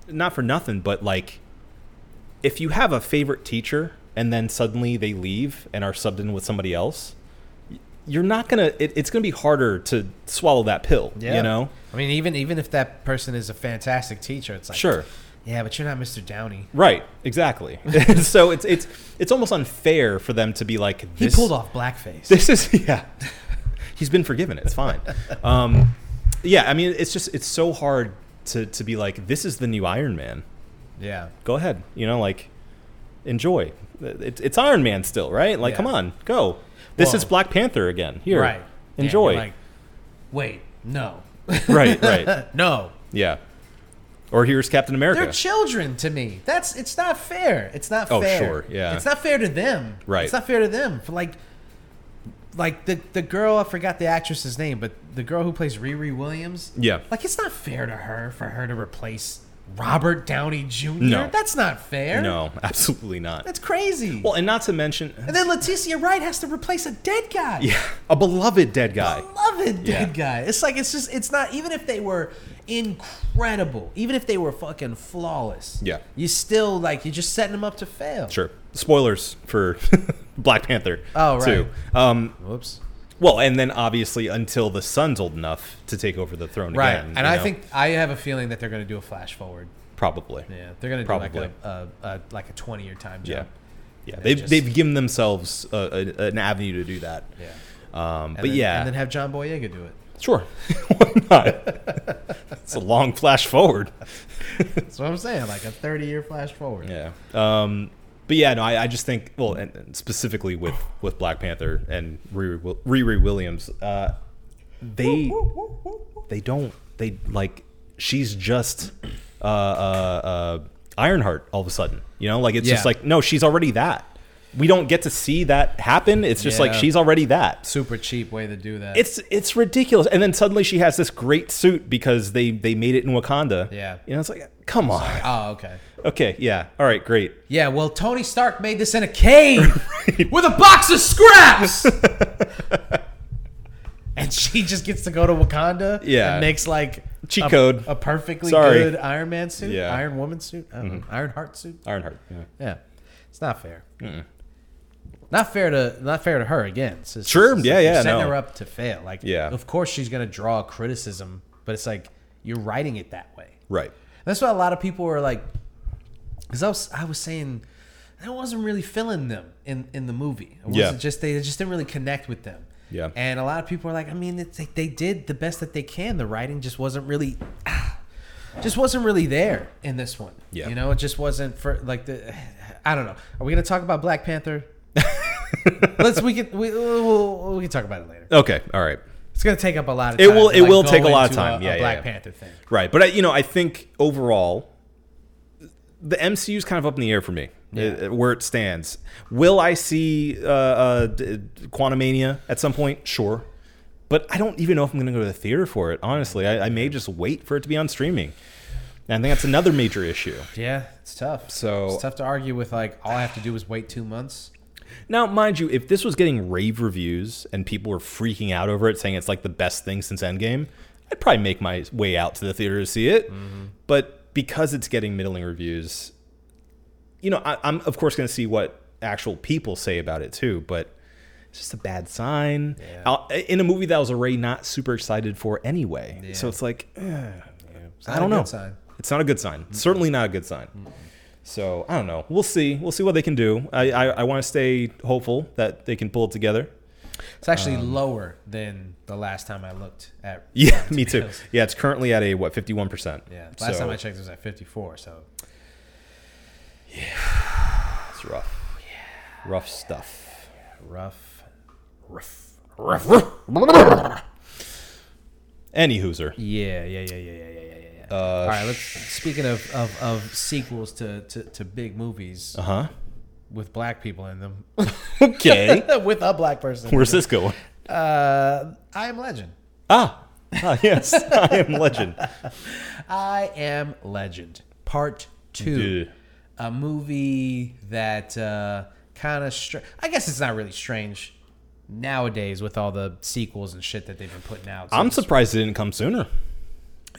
not for nothing, but like if you have a favorite teacher and then suddenly they leave and are subbed in with somebody else, y- you're not gonna. It, it's gonna be harder to swallow that pill. You know.
I mean, even even if that person is a fantastic teacher, it's like
Sure.
yeah, but you're not Mr. Downey.
Right. Exactly. <laughs> so it's it's it's almost unfair for them to be like
He
this-
pulled off blackface.
<laughs> This is yeah. He's been forgiven. It's fine. Um, yeah, I mean, it's just it's so hard to to be like this is the new Iron Man.
Yeah.
go ahead. You know, like enjoy. It, it's Iron Man still, right? Like,
Yeah.
come on, go. This
Whoa.
is Black Panther again. Here,
Right. Yeah,
Enjoy.
you're like, Wait. No.
<laughs>
<laughs>
right, right.
no.
Yeah. Or here's Captain America.
They're children to me. That's it's not fair. It's not
Oh,
fair.
sure, yeah.
It's not fair to them.
Right.
It's not fair to them for like like the the girl I forgot the actress's name, but the girl who plays Riri Williams.
Yeah.
Like it's not fair to her for her to replace Robert Downey Jr.
No.
That's not fair.
no, <laughs> absolutely not.
That's crazy.
Well, and not to mention,
and then Leticia Wright has to replace a dead guy.
<laughs> yeah, a beloved
<gasps>
dead guy.
Beloved dead guy.
Yeah.
It's like it's just it's not even if they were incredible, even if they were fucking flawless.
Yeah.
You still like you're just setting them up to fail.
Sure. Spoilers for <laughs> Black Panther.
Oh, right.
too. Um,
Whoops.
well, and then obviously until the son's old enough to take over the throne
Right.
again.
and
you
I
know?
think I have a feeling that they're going to do a flash forward.
probably.
Yeah. They're going to do like
Probably.
a, a, a like a 20 year time
Yeah.
jump.
Yeah.
And
They've,
just-
they've given themselves a, a, an avenue to do that.
Yeah.
Um,
And
but
then-
yeah.
And
<laughs>
then have John Boyega do it.
sure. Why not? it's a long flash forward.
That's what I'm saying. Like a 30 year flash forward.
Yeah. Um, but yeah, no, I, I just think, well, and, and specifically with, with Black Panther and Riri, Wil- Riri Williams, uh, they they don't they like she's just uh, uh, uh, Ironheart all of a sudden. You know, like it's just
Yeah.
like no, she's already that. We don't get to see that happen. It's just like
Yeah.
she's already that.
Super cheap way to do that.
It's it's ridiculous. And then suddenly she has this great suit because they they made it in Wakanda.
Yeah.
You know, it's like come on.
oh, okay.
Okay, yeah. All right, great.
Yeah, well, Tony Stark made this in a cave
<laughs>
with a box of scraps. and she just gets to go to Wakanda
Yeah.
and makes like
Cheat
a-
code.
a perfectly
Sorry.
good Iron Man suit,
Yeah. Mm-hmm.
Iron Woman suit, I don't know, Iron Heart suit.
Ironheart. Yeah.
Yeah, it's not fair. Not fair to not fair to her again. It's just-
Sure,
it's just
yeah,
like you're
yeah,
Setting
no.
her up to fail. Like,
Yeah.
of course she's gonna draw criticism, but it's like you're writing it that way.
Right.
That's why a lot of people were like, because I was I was saying I wasn't really feeling them in in the movie. It
Yeah.
wasn't just they just didn't really connect with them.
Yeah.
And a lot of people are like, I mean, it's like they did the best that they can. The writing just wasn't really, <sighs> ah, just wasn't really there in this one.
Yeah.
You know, it just wasn't for like the, <sighs> I don't know. Are we gonna talk about Black
<laughs>
Panther? Let's we can we we'll, we can talk about it later.
Okay. All right.
It's gonna take up a lot of.
It
time
will-
to,
it will
go
take a lot of
into
time. Yeah, yeah,
Black
yeah.
Panther thing.
Right. But I, you know, I think overall, the MCU is kind of up in the air for me, uh, where it stands. Will I see uh, uh, d- Quantumania at some point? Sure. But I don't even know if I'm going to go to the theater for it. Honestly, I, I may just wait for it to be on streaming. And I think that's another major issue.
Yeah, it's tough.
So-
it's tough to argue with like all I have to do is wait two months.
Now, mind you, if this was getting rave reviews and people were freaking out over it, saying it's like the best thing since Endgame, I'd probably make my way out to the theater to see it. But because it's getting middling reviews, you know, I, I'm of course going to see what actual people say about it too. But it's just a bad sign
Yeah.
I'll- in a movie that I was already not super excited for anyway. So it's like, eh,
It's
I
not
don't
a
know.
good sign.
It's not a good sign. Certainly not a good sign. So I don't know. We'll see. We'll see what they can do. I I, I want to stay hopeful that they can pull it together. <laughs>
It's actually lower than the last time I looked at.
Yeah,
Rotten
me too.
Tomatoes.
Yeah, it's currently at a what fifty one percent.
Yeah, last time I checked, it was at fifty-four. So
it's rough.
Oh,
Rough stuff.
rough, rough.
Any hooser.
Yeah, yeah, yeah, yeah, yeah, yeah, yeah, yeah. Uh, All right. Let's, speaking of, of, of sequels to, to, to big movies
Uh huh.
with black people in them,
<laughs> Okay.
<laughs> with a black person,
Where's this going?
uh, I Am Legend.
Ah. ah
<laughs>
yes. I am legend.
I Am Legend Part Two,
Yeah.
a movie that uh, kind of str- I guess it's not really strange nowadays with all the sequels and shit that they've been putting out. So
I'm
it's-
surprised it didn't come sooner,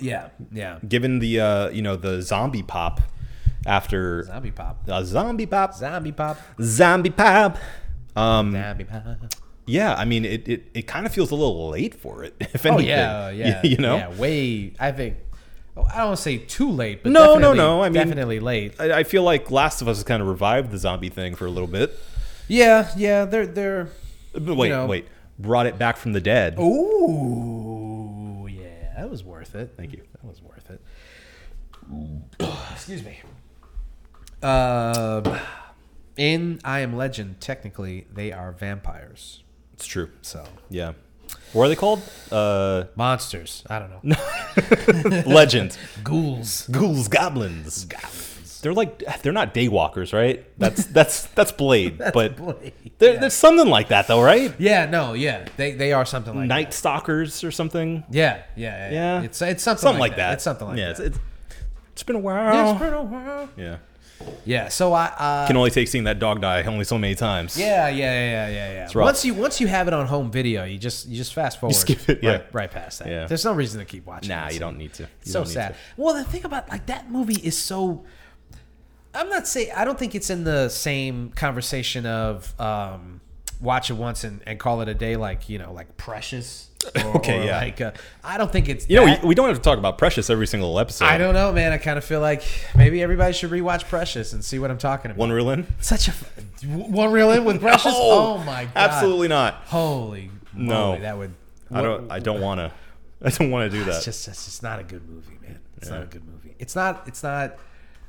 yeah, yeah.
given the uh, you know the zombie pop after
Zombie pop,
a zombie pop,
zombie pop,
zombie pop. Um,
zombie pop.
Yeah, I mean, it, it, it kind of feels a little late for it, <laughs> if
Oh
anything.
yeah,
<laughs>
yeah.
You know?
yeah, way. I think oh, I don't want to say too late, but
No, no,
definitely-
no, I mean-
definitely late.
I, I feel like Last of Us has kind of revived the zombie thing for a little bit.
Yeah, yeah. They're they're.
But wait,
know. Oh.
wait. Brought it back from the dead.
Ooh, yeah. That was worth it. <clears throat>
Thank you.
That was worth it. Excuse me. Uh, in I Am Legend, technically they are vampires.
It's true.
So
Yeah. What are they called?
<laughs>
Uh,
monsters. I don't know.
legend.
<laughs> Ghouls.
Ghouls, goblins. They're like they're not daywalkers, right?
<laughs>
That's that's that's Blade, <laughs> but
Blade,
There, there's something like that though, right?
Yeah. No. Yeah. They they are something like
Night stalkers or something.
That. Yeah, yeah. Yeah.
Yeah.
It's it's something,
Something like, that.
It's something like
yeah,
that.
It's, it's, it's been a
Yeah,
while.
it's been a while.
yeah.
Yeah. So I. Uh,
Can only take seeing that dog die only so many times.
yeah, yeah, yeah, yeah, yeah, yeah.
rough.
Once you once you have it on home video, you just you just fast forward,
skip it, yeah.
right, right past that.
Yeah.
There's no reason to keep watching.
Nah,
this.
you don't need to. You
It's so
don't need
sad.
to.
Well, the thing about like that movie is so. I'm not saying I don't think it's in the same conversation of um, watch it once and, and call it a day, like you know, like Precious. Or,
<laughs> Okay,
or
yeah.
Like uh, I don't think it's.
You know,
that.
we, we don't have to talk about Precious every single episode.
I don't know, man. I kind of feel like maybe everybody should rewatch Precious and see what I'm talking about.
One reel in?
Such a f- one reel in with <laughs>
<laughs>
Precious. oh my god!
Absolutely not.
Holy
No.
moly, that would.
I don't. I don't want to. I don't want to do that.
It's just it's just not a good movie, man. It's not a good movie. It's not it's not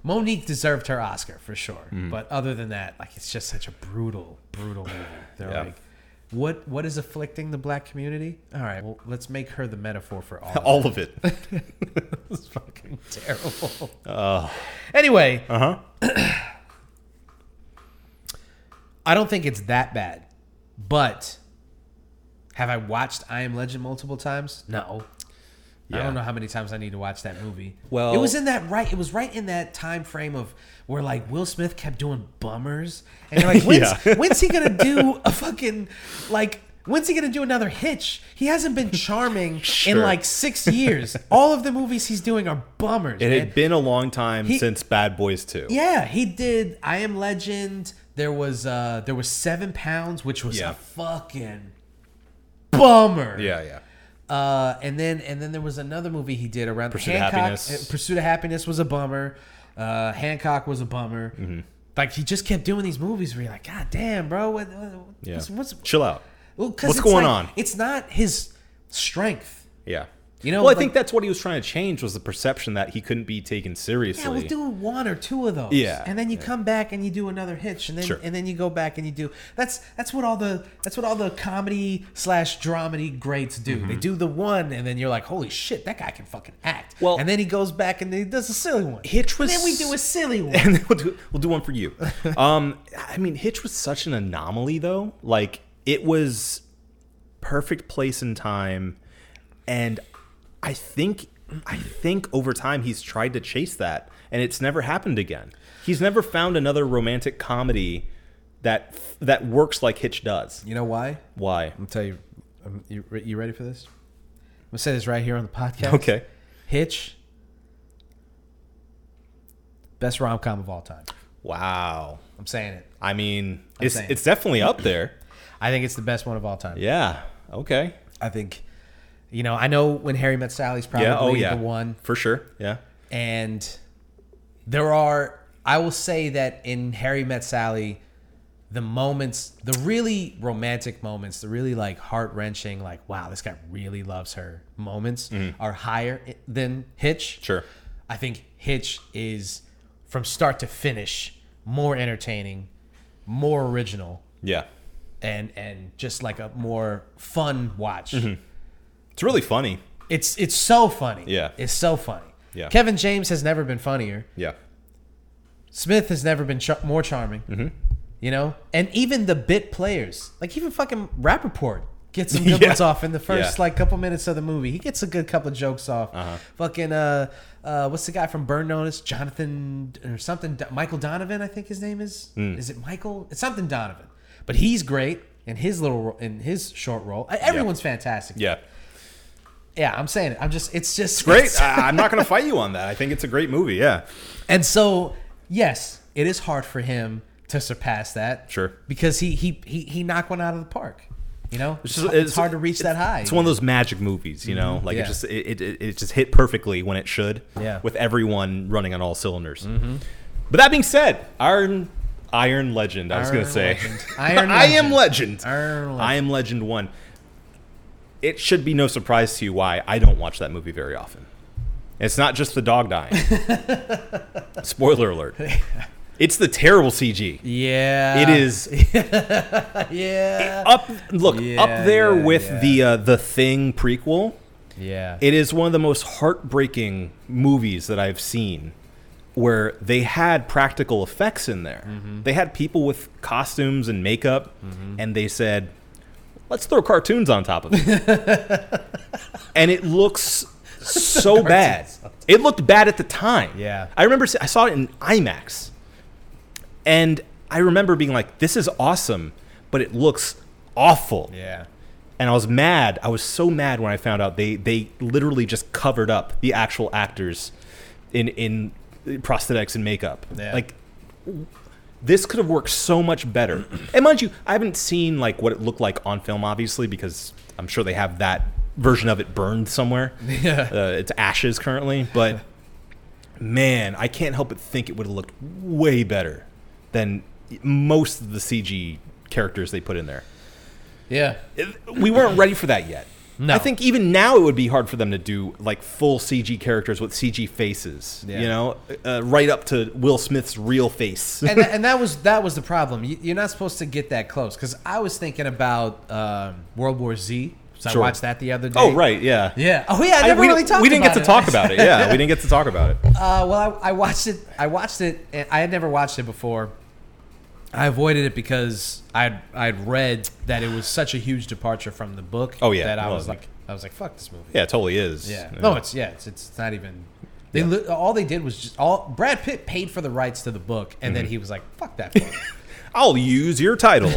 Monique deserved her Oscar for sure.
Mm-hmm.
But other than that, like it's just such a brutal, brutal movie. They're
Yeah.
like what what is afflicting the black community? All right, well let's make her the metaphor for all.
<laughs> All of
<laughs>
it.
it's fucking
<laughs>
terrible. anyway,
Uh huh.
I don't think it's that bad. But have I watched I Am Legend multiple times? No. I
Yeah.
don't know how many times I need to watch that movie.
Well-
it was in that right. It was right in that time frame of where like Will Smith kept doing bummers, and
<laughs>
you're like, when's,
Yeah.
when's he gonna do a fucking like? When's he gonna do another Hitch? He hasn't been charming in
<laughs> Sure.
like six years. All of the movies he's doing are bummers.
It
man.
had been a long time
He-
since Bad Boys Two.
Yeah, he did. I Am Legend. There was uh there was seven pounds, which was
Yeah.
a fucking bummer.
Yeah. Yeah.
Uh, and then and then there was another movie he did around
Pursuit of
Hancock.
Happiness.
uh, Pursuit of Happiness was a bummer. Uh, Hancock was a bummer.
Mm-hmm.
Like he just kept doing these movies where you're like, God damn, bro, what, what-
Yeah.
what's, what's,
Chill out.
well, 'cause
what's
it's
going
like-
on?
It's not his strength.
Yeah.
You know,
well, I
like-
think that's what he was trying to change was the perception that he couldn't be taken seriously.
Yeah, we'll do one or two of those.
Yeah,
and then you come back and you do another hitch, and then
Sure.
and then you go back and you do. That's that's what all the that's what all the comedy slash dramedy greats do.
Mm-hmm.
They do the one, and then you're like, holy shit, that guy can fucking act.
Well-
and then he goes back and he does a silly one.
Hitch was-
And then we do a silly one.
<laughs> and then we'll do we'll do one for you. Um, I mean, Hitch was such an anomaly, though. Like it was perfect place and time, and I think I think over time he's tried to chase that, and it's never happened again. He's never found another romantic comedy that that works like Hitch does.
you know why?
Why? <laughs>
I'm tell you, um, you, re- you ready for this? I'm gonna say this right here on the podcast.
Okay.
Hitch, best rom com of all time.
Wow.
I'm saying it.
I mean, it's
saying.
it's definitely up there.
I think it's the best one of all time.
Yeah. Okay.
I think, you know, I know when Harry Met Sally's probably
yeah. Oh, yeah.
the one,
for sure. Yeah.
and there are. I will say that in Harry Met Sally, the moments, the really romantic moments, the really like heart wrenching, like wow, this guy really loves her moments are higher i- than Hitch.
Mm-hmm. Sure.
I think Hitch is from start to finish more entertaining, more original,
Yeah.
and and just like a more fun watch.
Mm-hmm. It's really funny.
It's it's so funny.
Yeah.
it's so funny.
Yeah.
Kevin James has never been funnier.
Yeah.
Smith has never been char- more charming.
Mm-hmm.
You know, and even the bit players, like even fucking Rappaport gets
<laughs>
some good
Yeah.
ones off in the first
Yeah. Uh-huh.
like couple minutes of the movie. He gets a good couple of jokes off. Fucking uh, uh, what's the guy from Burn Notice? Jonathan or something? Do- Michael Donovan, I think his name is.
Mm.
Is it Michael? It's something Donovan, but he's great in his little ro- in his short role. Uh, Everyone's fantastic.
Yeah.
Yeah, I'm saying it. I'm just, it's just
Great. I, I'm not going to fight you on that. I think it's a great movie. Yeah.
and so, yes, it is hard for him to surpass that.
Sure.
Because he he he, he knocked one out of the park. You know, it's,
just-
hard- it's hard to reach that high. Mm-hmm.
It's one of those magic movies, you know, like
Yeah.
it just it, it, it just hit perfectly when it should.
Yeah.
With everyone running on all cylinders. But that being said, Iron Iron Legend. I was going to
Iron
say
Legend. Iron
<laughs> I am Legend.
Iron Legend.
I am Legend One. It should be no surprise to you why I don't watch that movie very
<laughs>
often. It's not just the dog dying. Spoiler alert. It's the terrible CG.
Yeah.
It is
<laughs> Yeah.
up. Look
Yeah,
up there
yeah,
with
yeah.
the uh, the Thing prequel.
yeah.
It is one of the most heartbreaking movies that I've seen where they had practical effects in there.
Mm-hmm.
They had people with costumes and makeup, and they said, let's throw cartoons on top of it.
<laughs>
and it looks so bad. It looked bad at the time.
Yeah.
I remember se- I saw it in IMAX. And I remember being like, this is awesome, but it looks awful
yeah.
and I was mad. I was so mad when I found out they they literally just covered up the actual actors in in prosthetics and makeup.
Yeah.
Like this could have worked so much better. <clears throat> and mind you, I haven't seen like what it looked like on film, obviously, because I'm sure they have that version of it burned somewhere.
<laughs> Yeah.
uh, it's ashes currently, but man, I can't help but think it would have looked way better than most of the CG characters they put in there
Yeah.
we weren't ready for that yet.
No.
I think even now it would be hard for them to do like full CG characters with CG faces,
Yeah.
you know, uh, right up to Will Smith's real
<laughs>
face.
and, that, and that was that was the problem. You, you're not supposed to get that close because I was thinking about um, World War Z. So
Sure.
I watched that the other day.
oh, right, yeah.
Yeah. Oh yeah. I
I-
never
we,
really
di-
talked.
we didn't
about
get to
it.
talk about it. Yeah, we didn't get to talk about it.
Uh, well, I, I watched it. I watched it. And I had never watched it before. I avoided it because I'd I'd read that it was such a huge departure from the book.
Oh, yeah.
That I
No,
was
it-
like I was like fuck this movie.
Yeah, it totally is.
Yeah. No, it's yeah, it's it's not even. They
Yeah.
li- all they did was just all Brad Pitt paid for the rights to the book, and
Mm-hmm.
then he was like, "Fuck that." book."
I'll use your
<laughs>
title.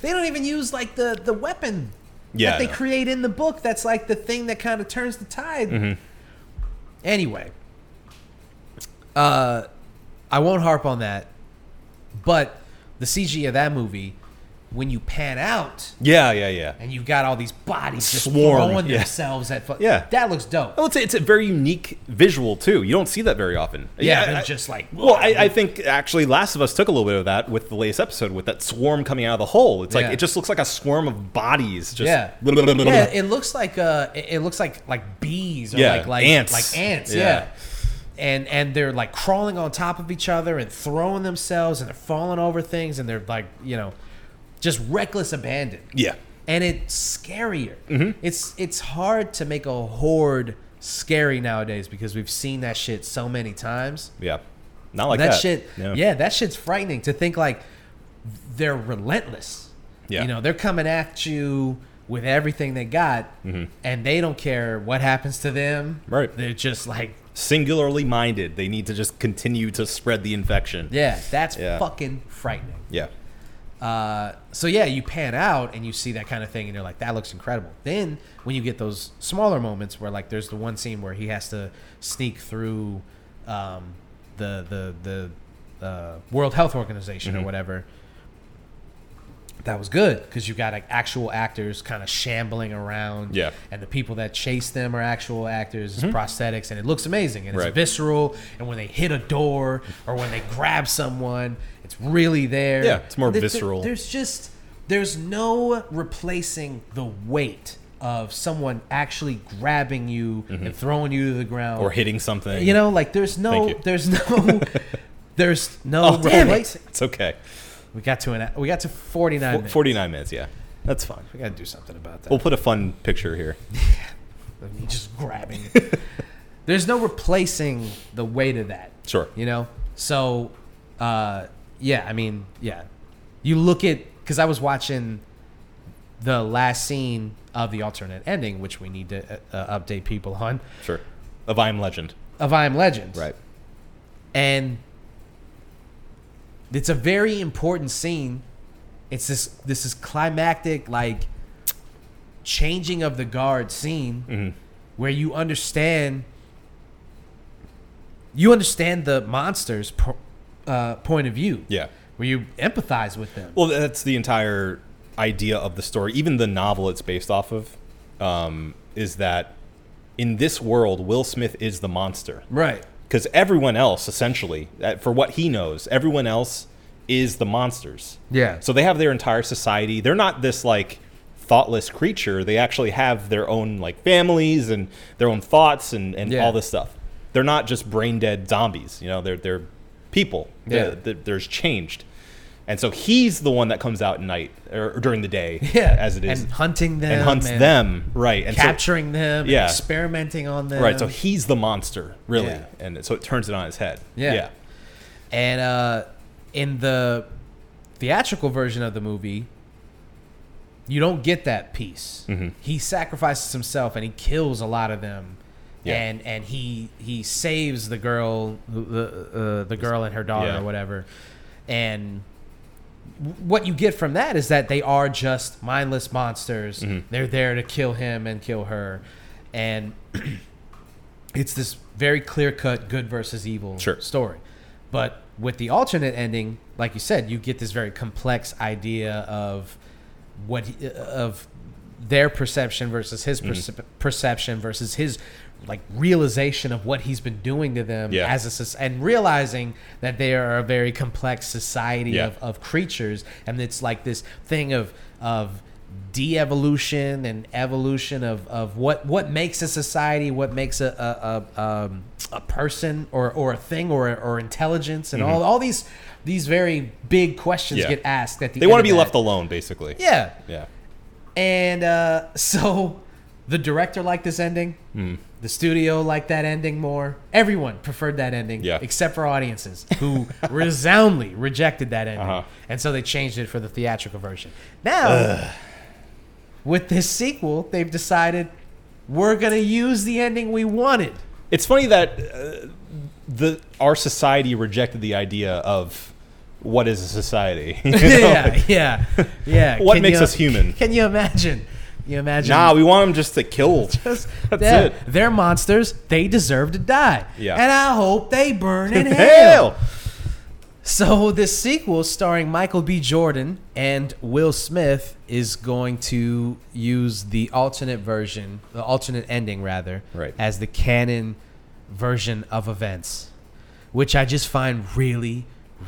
they don't even use like the the weapon
Yeah, I
that they
know.
create in the book. That's like the thing that kind of turns the tide.
Mm-hmm.
Anyway, uh, I won't harp on that, but the CG of that movie, when you pan out
yeah, yeah, yeah.
and you've got all these bodies just
Swarm,
throwing
yeah.
themselves at, fu-
Yeah. Oh,
that looks dope.
Well, it's a, it's a very unique visual too. You don't see that very often.
Yeah,
I-
they're
I-
just like,
Well, I, I think actually, Last of Us took a little bit of that with the latest episode with that swarm coming out of the hole. It's like
Yeah.
it just looks like a swarm of bodies. Just
Yeah. yeah, it looks like uh, it it looks like like bees or
Yeah,
like like
ants.
like ants, yeah.
Yeah.
And and they're like crawling on top of each other and throwing themselves and they're falling over things and they're like you know, just reckless abandon.
Yeah. Mm-hmm.
and it's scarier. It's it's hard to make a horde scary nowadays because we've seen that shit so many times.
Yeah. Not like
that,
that.
shit yeah. that shit's frightening to think like they're relentless
Yeah.
you know they're coming at you with everything they got and they don't care what happens to them
Mm-hmm. Right.
they're just like
Singularly minded. They need to just continue to spread the infection.
yeah that's
Yeah.
fucking frightening
Yeah.
uh, so yeah you pan out and you see that kind of thing and you're like that looks incredible then when you get those smaller moments where like there's the one scene where he has to sneak through um, the the the uh, world health organization
Mm-hmm.
or whatever that was good because you got like actual actors kind of shambling around.
Yeah. Mm-hmm.
And the people that chase them are actual actors, it's prosthetics, and it looks amazing and it's
Right.
visceral. And when they hit a door or when they grab someone, it's really there.
Yeah, it's more
There- there-
visceral.
there's just there's no replacing the weight of someone actually grabbing you and throwing you to the ground
Mm-hmm. Or hitting something.
You know, like there's no,
Thank you.
there's no, <laughs> there's no.
<laughs> Oh, damn
replace-
it. It's okay.
We got to an, we got to forty nine. minutes.
49 minutes. Yeah. That's fine.
We gotta do something about that.
We'll put a fun picture here.
Of me just grabbing. <laughs> There's no replacing the weight of that.
Sure.
You know? So, uh, yeah, I mean, yeah. You look at, because I was watching the last scene of the alternate ending, which we need to uh, uh, update people on,
Sure. Of I Am Legend.
of I Am Legend.
Right.
And it's a very important scene. It's this this is climactic like changing of the guard scene
Mm-hmm.
where you understand you understand the monster's po- uh, point of view.
Yeah.
Where you empathize with them.
Well, that's the entire idea of the story. Even the novel it's based off of um, is that in this world, Will Smith is the monster.
right.
because everyone else essentially uh, for what he knows everyone else is the monsters
Yeah.
so they have their entire society they're not this like thoughtless creature they actually have their own like families and their own thoughts and, and
Yeah.
all this stuff they're not just brain dead zombies you know they're they're people.
Yeah.
The, the, there's changed. And so he's the one that comes out at night or during the day
<laughs> Yeah,
as it is
and hunting them
and hunts them, right. And so-
capturing them,
Yeah.
experimenting on them,
right, so he's the monster, really.
Yeah.
And so it turns it on its head.
Yeah. And uh, in the theatrical version of the movie, you don't get that piece.
Mm-hmm.
He sacrifices himself and he kills a lot of them,
Yeah.
and and he he saves the girl, the uh, the girl and her daughter
Yeah.
or whatever. And w- what you get from that is that they are just mindless monsters.
Mm-hmm.
They're there to kill him and kill her, and it's this very clear cut good versus evil
Sure.
story. But with the alternate ending, like you said, you get this very complex idea of what he- uh, of their perception versus his
Mm-hmm.
perce- perception versus his like realization of what he's been doing to them
Yeah.
as a soc- and realizing that they are a very complex society
Yeah.
of, of creatures and it's like this thing of of de-evolution and evolution of, of what what makes a society what makes a a, a, um, a person or or a thing or or intelligence and all all these these very big questions
Mm-hmm. Yeah.
get asked at the
They
end
want to
of
be
that.
left alone, basically.
yeah
Yeah.
and uh, <laughs> so the director liked this ending.
Hmm.
The studio liked that ending more. Everyone preferred that ending,
Yeah.
except for audiences who <laughs> resoundly rejected that ending.
Uh-huh.
And so they changed it for the theatrical version. Now, with this sequel, they've decided we're going to use the ending we
<laughs>
wanted. <laughs>
It's funny that uh, the our society rejected the idea of what is a society. <laughs> You know?
yeah, yeah, yeah.
What
Can
makes
you-
us human?
Can you imagine? You imagine?
Nah, we want them just to
<laughs>
kill.
That's
<laughs> it.
They're monsters. They deserve to die.
Yeah.
And I hope they burn
<laughs>
in hell.
Hell.
So this sequel starring Michael B. Jordan and Will Smith is going to use the alternate version, the alternate ending rather,
Right.
as the canon version of events, which I just find really,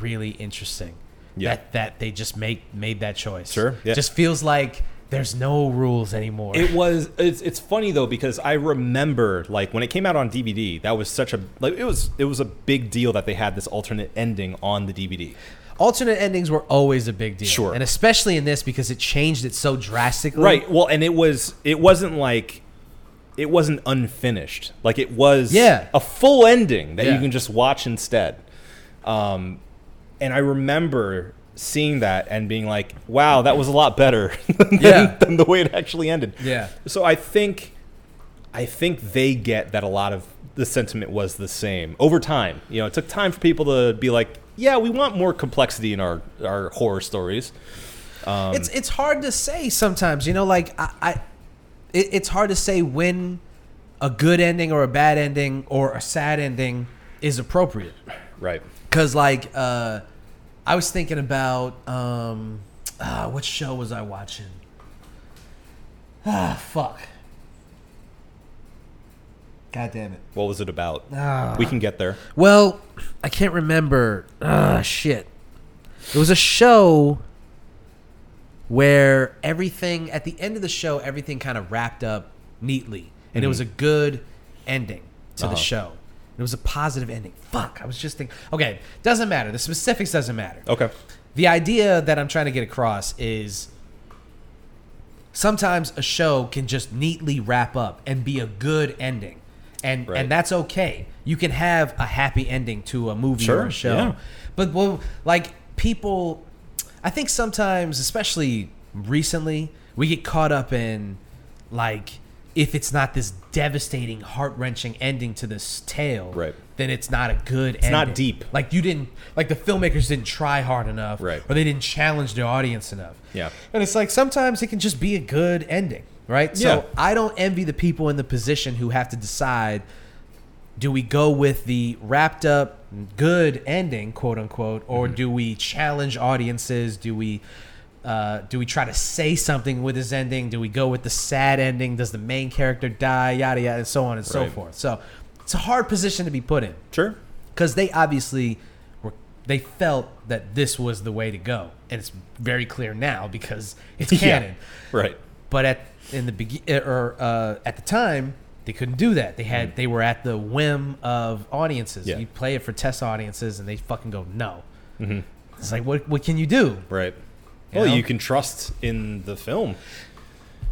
really interesting.
Yeah.
That that they just make made that choice.
Sure, yeah.
Just feels like there's no rules anymore.
It was. It's, it's funny though because I remember like when it came out on DVD, that was such a like it was it was a big deal that they had this alternate ending on the DVD.
alternate endings were always a big deal.
Sure.
And especially in this because it changed it so drastically.
Right. Well, and it was it wasn't like it wasn't unfinished. Like it was
Yeah.
a full ending that
Yeah.
you can just watch instead. Um and I remember seeing that and being like, "Wow, that was a lot better <laughs> than,
Yeah.
than the way it actually ended."
Yeah.
So I think I think they get that a lot of the sentiment was the same over time. You know, it took time for people to be like, "Yeah, we want more complexity in our our horror stories."
it's it's hard to say sometimes, you know, like I, I it, it's hard to say when a good ending or a bad ending or a sad ending is appropriate.
Right.
Cause like uh I was thinking about um ah, what show was I watching? Ah fuck. God damn it.
What was it about?
Ah.
We can get there.
Well, I can't remember. Ah, shit. It was a show where everything at the end of the show, everything kind of wrapped up neatly, and it was a good ending to
Uh-huh.
the show. It was a positive ending. Fuck, I was just thinking. Okay, doesn't matter. The specifics doesn't matter.
Okay.
The idea that I'm trying to get across is sometimes a show can just neatly wrap up and be a good ending. And
Right.
and that's okay. You can have a happy ending to a movie or
Sure,
a show.
yeah.
But well like people I think sometimes, especially recently, we get caught up in like if it's not this devastating, heart wrenching ending to this tale,
Right.
then it's not a good it's
not deep.
Like you didn't like the filmmakers didn't try hard enough
Right.
or they didn't challenge their audience enough.
Yeah.
And it's like sometimes it can just be a good ending, right?
Yeah.
So I don't envy the people in the position who have to decide do we go with the wrapped up good ending, quote unquote,
Mm-hmm.
or do we challenge audiences? Do we uh, do we try to say something with this ending? Do we go with the sad ending? Does the main character die? Yada yada, and so on and so
Right.
forth. So it's a hard position to be put in
Sure.
because they obviously were they felt that this was the way to go and it's very clear now
<laughs>
because it's
Yeah.
canon
Right.
but eh, at in the begin or uh, at the time They couldn't do that. They had they were at the whim of audiences.
Mm. Yeah.
You play it for test audiences, and they fucking go no.
Mm-hmm.
It's like what what can you do?
Right.
You
well,
know?
you can trust in the film.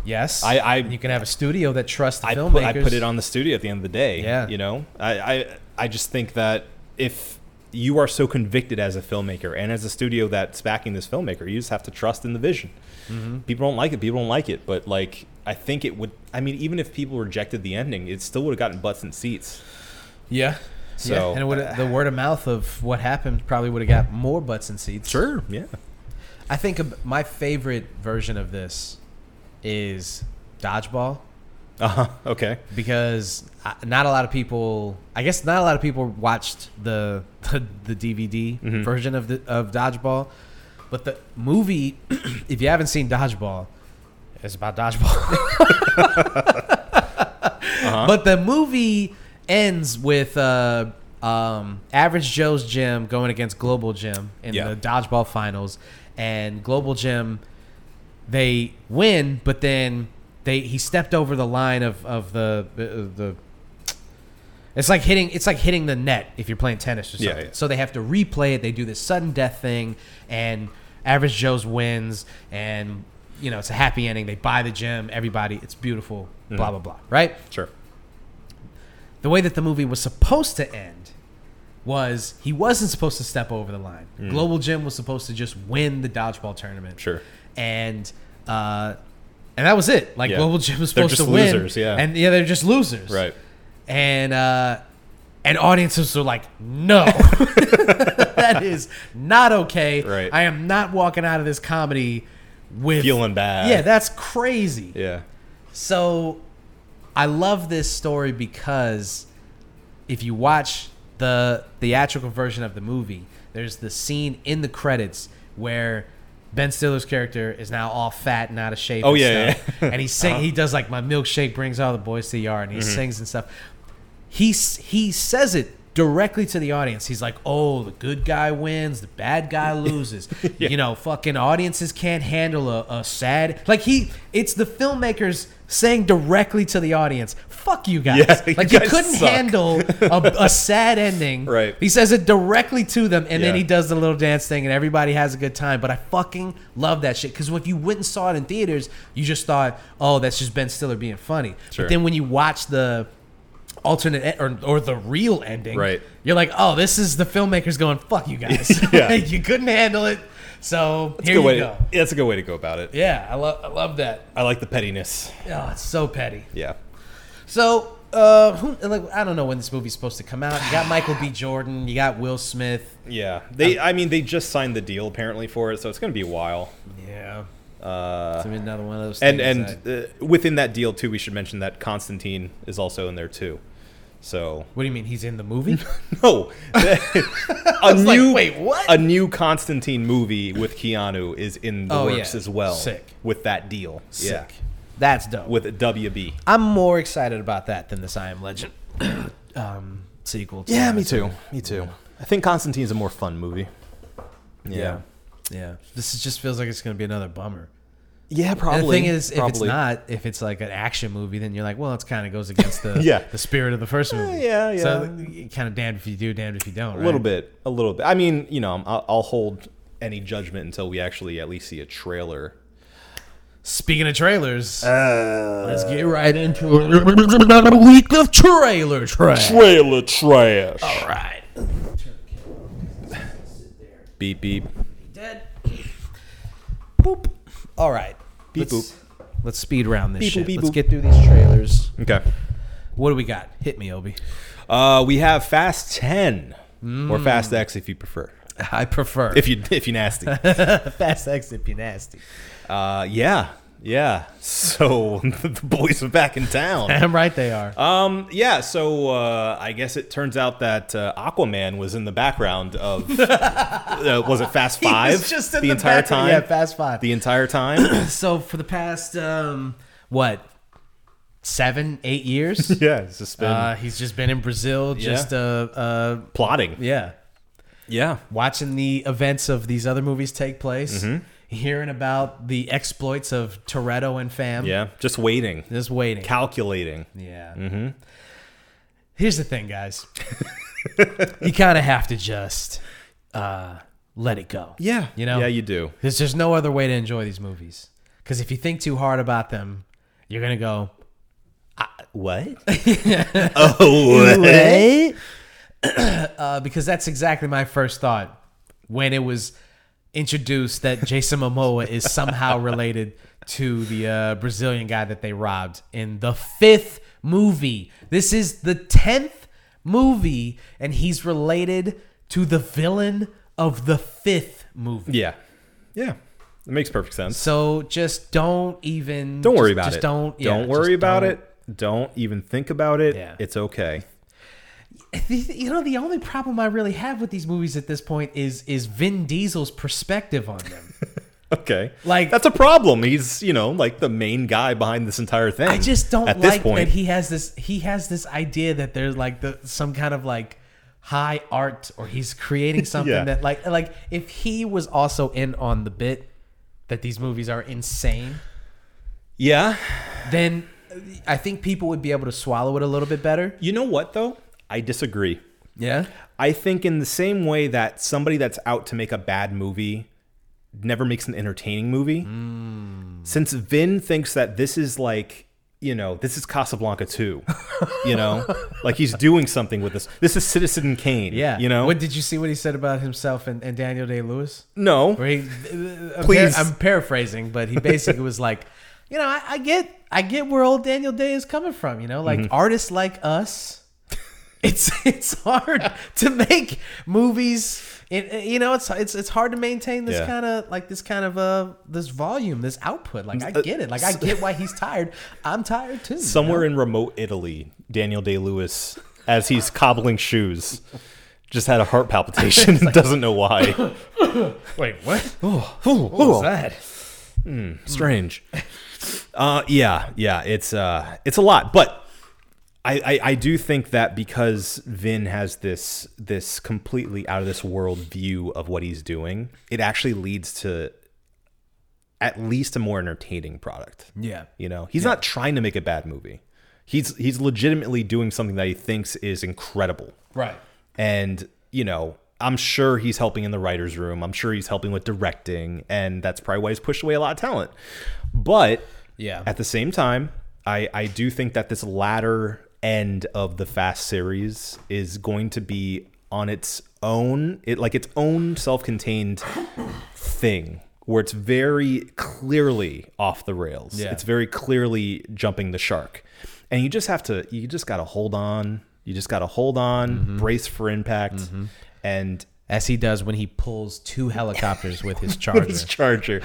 Yes,
I- I-
you can have a studio that trusts the
I
filmmakers.
put, I put it on the studio at the end of the day.
Yeah.
You know, I, I, I just think that if you are so convicted as a filmmaker and as a studio that's backing this filmmaker, you just have to trust in the vision.
Mm-hmm.
People don't like it. People don't like it. But like, I think it would, I mean, even if people rejected the ending, it still would have gotten butts and seats.
Yeah.
So,
yeah. and it would've- the word of mouth of what happened probably would have got more butts and seats.
Yeah.
I think ab- my favorite version of this is dodgeball
Uh huh. Okay.
because I, not a lot of people. I guess not a lot of people watched the <laughs> the, the DVD version of the of dodgeball, but the movie. <clears throat> if you haven't seen dodgeball, it's about dodgeball.
Uh-huh.
But the movie ends with uh, um, Average Joe's Gym going against Global Gym in
Yeah.
the dodgeball finals, and Global Gym they win, but then they he stepped over the line of of the uh, the. It's like hitting. It's like hitting the net if you're playing tennis or
Yeah,
something.
yeah.
So they have to replay it. They do this sudden death thing, and Average Joe's wins, and you know it's a happy ending. They buy the gym. Everybody, it's beautiful.
Mm-hmm.
Blah blah blah. Right
Sure.
the way that the movie was supposed to end was he wasn't supposed to step over the line. Global Gym was supposed to just win the dodgeball tournament.
Mm. Sure.
And uh, and that was it. Like
Yeah.
Global Gym was
They're
supposed
just
to win.
losers, yeah.
And yeah, they're just losers.
Right.
And uh, and audiences were like, no. <laughs> that is not okay.
Right.
I am not walking out of this comedy with
Feeling bad.
Yeah, that's crazy.
Yeah.
So I love this story because if you watch the theatrical version of the movie, there's the scene in the credits where Ben Stiller's character is now all fat and out of shape.
Oh,
and
yeah,
stuff.
yeah. Uh-huh.
and he
<laughs>
sing he does like my milkshake brings all the boys to the yard, and he
Mm-hmm.
sings and stuff. He s- he says it directly to the audience. He's like, "Oh, the good guy wins, the bad guy
<laughs>
loses." You know, fucking audiences can't handle a, a sad like he. It's the filmmakers saying directly to the audience, "Fuck you guys!"
Yeah, you
like you,
guys
couldn't
suck.
handle a, a sad ending.
<laughs> Right.
He says it directly to them, and then
Yeah.
he does the little dance thing, and everybody has a good time. But I fucking love that shit because if you went and saw it in theaters, you just thought, "Oh, that's just Ben Stiller being funny."
Sure.
But then when you watch the alternate e- or, or the real ending,
Right.
You're like, "Oh, this is the filmmakers going, fuck you guys.
<laughs>
<laughs>
Yeah.
you couldn't handle it, so
That's a
here
good
you
way
go."
To, that's a good way to go about it.
Yeah, I love I love that.
I like the pettiness.
Oh, it's so petty.
Yeah.
So, uh, who, like, I don't know when this movie's supposed to come out. You got Michael B. Jordan. You got Will Smith.
Yeah. They, I mean, they just signed the deal apparently for it, so it's going to be a while.
Yeah,
Uh,
it's another one of those.
and
things that-
and uh, within that deal too, we should mention that Constantine is also in there too. So <laughs>
what do you mean he's in the movie?
no, a
was like,
new
"Wait, what?"
a new Constantine movie with Keanu is in the
Oh,
works
yeah.
as well.
Sick.
with that deal. Yeah,
Sick. That's dope.
with WB.
I'm more excited about that than this I Am Legend <clears throat> um, sequel. to that.
Me too. I think Constantine's a more fun movie. Yeah.
Yeah, this is, just feels like it's gonna be another bummer.
Yeah,
And
probably.
the thing is, if it's
Probably.
not, if it's like an action movie, then you're like, well, it kind of goes against the
<laughs> Yeah.
the spirit of the first movie.
yeah,
So kind of damned if you do, damned if you don't.
A little bit, a little bit. I mean, you know, I'll, I'll hold any judgment until we actually at least see a trailer.
Speaking of trailers,
Uh,
let's get right into it. another <laughs> week of trailer trash.
Trailer trash.
All right.
Beep beep.
Dead. Boop. All right.
Beep,
let's,
boop.
Let's speed round this
Beep,
shit.
boop, beep,
let's
boop.
get through these trailers.
Okay.
What do we got? Hit me, Obi. <laughs>
Uh, we have Fast Ten or
Mm.
Fast X if you prefer.
I prefer
If you if you nasty.
<laughs> fast exit be nasty.
uh, yeah, yeah. So <laughs> the boys are back
<laughs>
in town.
Damn right they are.
Um, yeah. So uh, I guess it turns out that uh, Aquaman was in the
<laughs>
background of uh, was it Fast
was
Five
just in
the,
the
entire
back-
time?
yeah, Fast Five.
the entire
<coughs>
time.
so for the past um, what seven, eight <laughs> years,
yeah, it's just been
uh, he's just been in Brazil, just uh, uh,
plotting.
yeah,
Yeah.
watching the events of these other movies take place. hearing about the exploits of Toretto and fam.
Yeah, just waiting,
Just waiting.
calculating.
yeah. Mm-hmm. Here's the thing, guys. you kind of have to just uh, let it <laughs> go.
Yeah,
You know?
Yeah, you do.
There's just no other way to enjoy these movies. Because if you think too hard about them, you're going to go, <laughs>
What? <laughs> oh, what?
<clears throat> uh, because that's exactly my first thought when it was introduced that Jason Momoa is somehow related to the uh, Brazilian guy that they robbed in the fifth movie. This is the tenth movie, and he's related to the villain of the fifth movie.
Yeah, yeah. It makes perfect sense.
So just don't even
Don't worry
just-
about
just
it.
Don't yeah,
don't worry
just
about
don't.
it. Don't even think about it.
Yeah.
It's okay.
You know the only problem I really have with these movies at this point is is Vin Diesel's perspective on them.
<laughs> Okay.
Like-
that's a problem. He's you know like the main guy behind this entire thing.
I just don't
at
like
this point.
that he has this he has this idea that there's like the some kind of like high art or he's
<laughs>
creating something
Yeah.
that like like if he was also in on the bit that these movies are insane,
yeah.
then I think people would be able to swallow it a little bit better.
You know what though? I disagree.
Yeah.
I think in the same way that somebody that's out to make a bad movie never makes an entertaining movie. Since Vin thinks that this is like, you know, this is Casablanca 2. You know? like he's doing something with this. This is Citizen Kane.
Yeah.
You know?
What did you see what he said about himself and, and Daniel Day Lewis?
no.
Where he, I'm par-
Please.
I'm paraphrasing, but he basically was like, you know, I, I get, I get where old Daniel Day is coming from. You know, like
Mm-hmm.
artists like us, it's <laughs> it's hard to make movies. It, it- you know, it's it's it's hard to maintain this
Yeah.
kind of like this kind of uh this volume, this output. Like I
Uh,
get it. Like I get why he's tired. I'm tired too. you
Somewhere in remote Italy, Daniel Day Lewis, as he's cobbling shoes, just had a heart palpitation and doesn't know why.
know? Wait, what?
what
was that?
strange. uh, yeah, yeah, it's uh, it's a lot, but I, I I do think that because Vin has this this completely out of this world view of what he's doing, it actually leads to at least a more entertaining product.
Yeah.
You know, he's not trying to make a bad movie. He's he's legitimately doing something that he thinks is incredible.
Right.
And, you know, I'm sure he's helping in the writer's room. I'm sure he's helping with directing. And that's probably why he's pushed away a lot of talent. But
Yeah.
at the same time, I, I do think that this latter end of the Fast series is going to be on its own, it like its own self-contained thing where it's very clearly off the rails.
Yeah.
It's very clearly jumping the shark. And you just have to you just got to hold on. You just got to hold on,
Mm-hmm.
brace for impact and
As he does when he pulls two helicopters <laughs> with his charger.
<laughs> this charger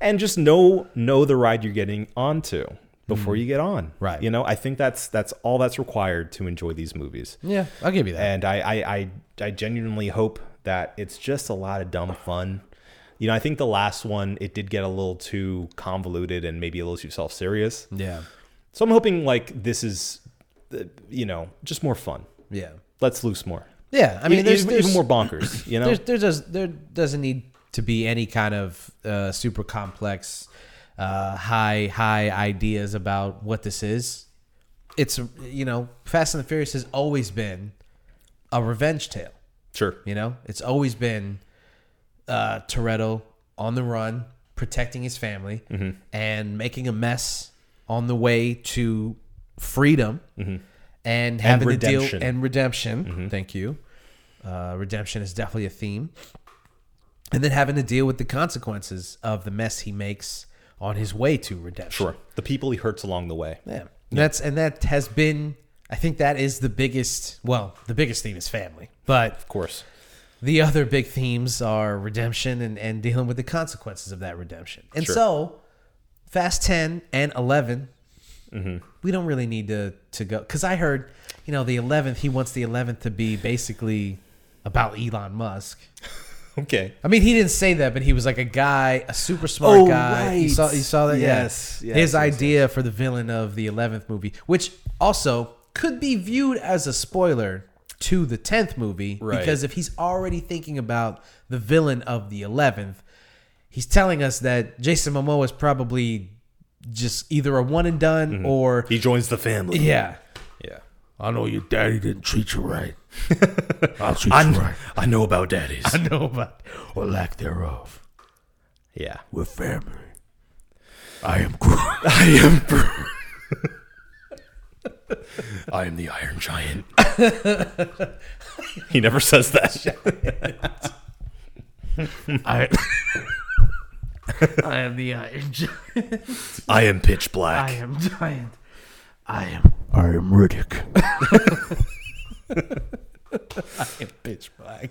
and just know know the ride you're getting onto before you get on
Mm-hmm. Right.
you know i think that's that's all that's required to enjoy these movies
yeah, I'll give you that.
and I, I i i genuinely hope that it's just a lot of dumb fun you know i think the last one it did get a little too convoluted and maybe a little too self-serious
Yeah.
so i'm hoping like this is uh, you know just more fun
Yeah. E-
let's loose more
Yeah, I mean, there's,
even,
there's
even more bonkers you know
There's, there does there doesn't need to be any kind of uh, super complex, uh, high high ideas about what this is. It's you know, Fast and the Furious has always been a revenge tale.
sure
You know, it's always been uh, Toretto on the run, protecting his family, and making a mess on the way to freedom, and having to
redemption.
deal and redemption. Thank you. Uh, redemption is definitely a theme, and then having to deal with the consequences of the mess he makes on his way to redemption.
sure the people he hurts along the way
Yeah. That's and that has been. I think that is the biggest. Well, the biggest theme is family, but
of course <laughs>
the other big themes are redemption and, and dealing with the consequences of that redemption. And
Sure.
so, Fast 10 and 11, we don't really need to, to go. Because I heard, you know, the 11th, he wants the 11th to be basically about Elon Musk.
okay
I mean, he didn't say that, but he was like a guy, a super smart
Oh,
guy. You
right.
saw, you saw that? Yeah.
Yes, yes,
His
yes,
idea for the villain of the 11th movie, which also could be viewed as a spoiler to the 10th movie,
Right.
because if he's already thinking about the villain of the 11th, he's telling us that Jason Momoa is probably just either a one and done or
Mm-hmm. He joins the family.
yeah.
Yeah.
I know your daddy didn't treat you
<laughs>
right. I'll treat you right,
I know about daddies.
No, but
or lack thereof.
yeah.
We're family. I am Groot.
<laughs> I am. Bru-
I am the
<laughs>
Iron Giant.
he never says
<laughs>
that.
I, I am the Iron <laughs> Giant.
I am pitch black.
I am giant. I am. I am Riddick.
bitch black.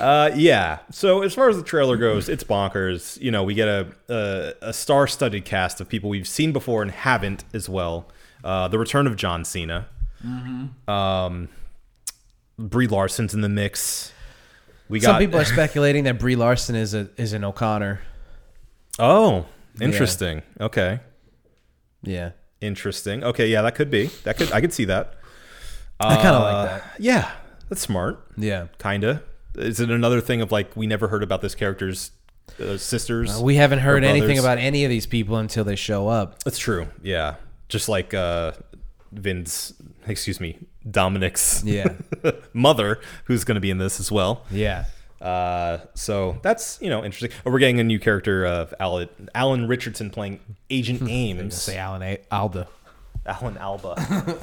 Uh, yeah. So as far as the trailer goes, it's bonkers. You know, we get a a, a star-studded cast of people we've seen before and haven't as well. Uh, the return of John Cena.
Mm-hmm.
Um, Brie Larson's in the mix. We got
Some people
<laughs>
are speculating that Brie Larson is a is an O'Connor.
oh, interesting. Okay,
Yeah,
interesting. Okay, yeah, that could be. That could I could see that.
I kind of like that.
Yeah, that's smart.
Uh, Yeah,
Kinda. Is it another thing of like we never heard about this character's uh, sisters?
we haven't
or
heard anything
brothers?
about any of these people until they show
<laughs>
up.
That's true. Yeah. Just like uh Vin's excuse me, Dominic's
Yeah,
<laughs> mother, who's gonna be in this as well.
yeah.
Uh so that's you know interesting. Oh, we're getting a new character of Alan Alan Richardson playing Agent Ames.
Say Alan a- Alda.
Alan Alba.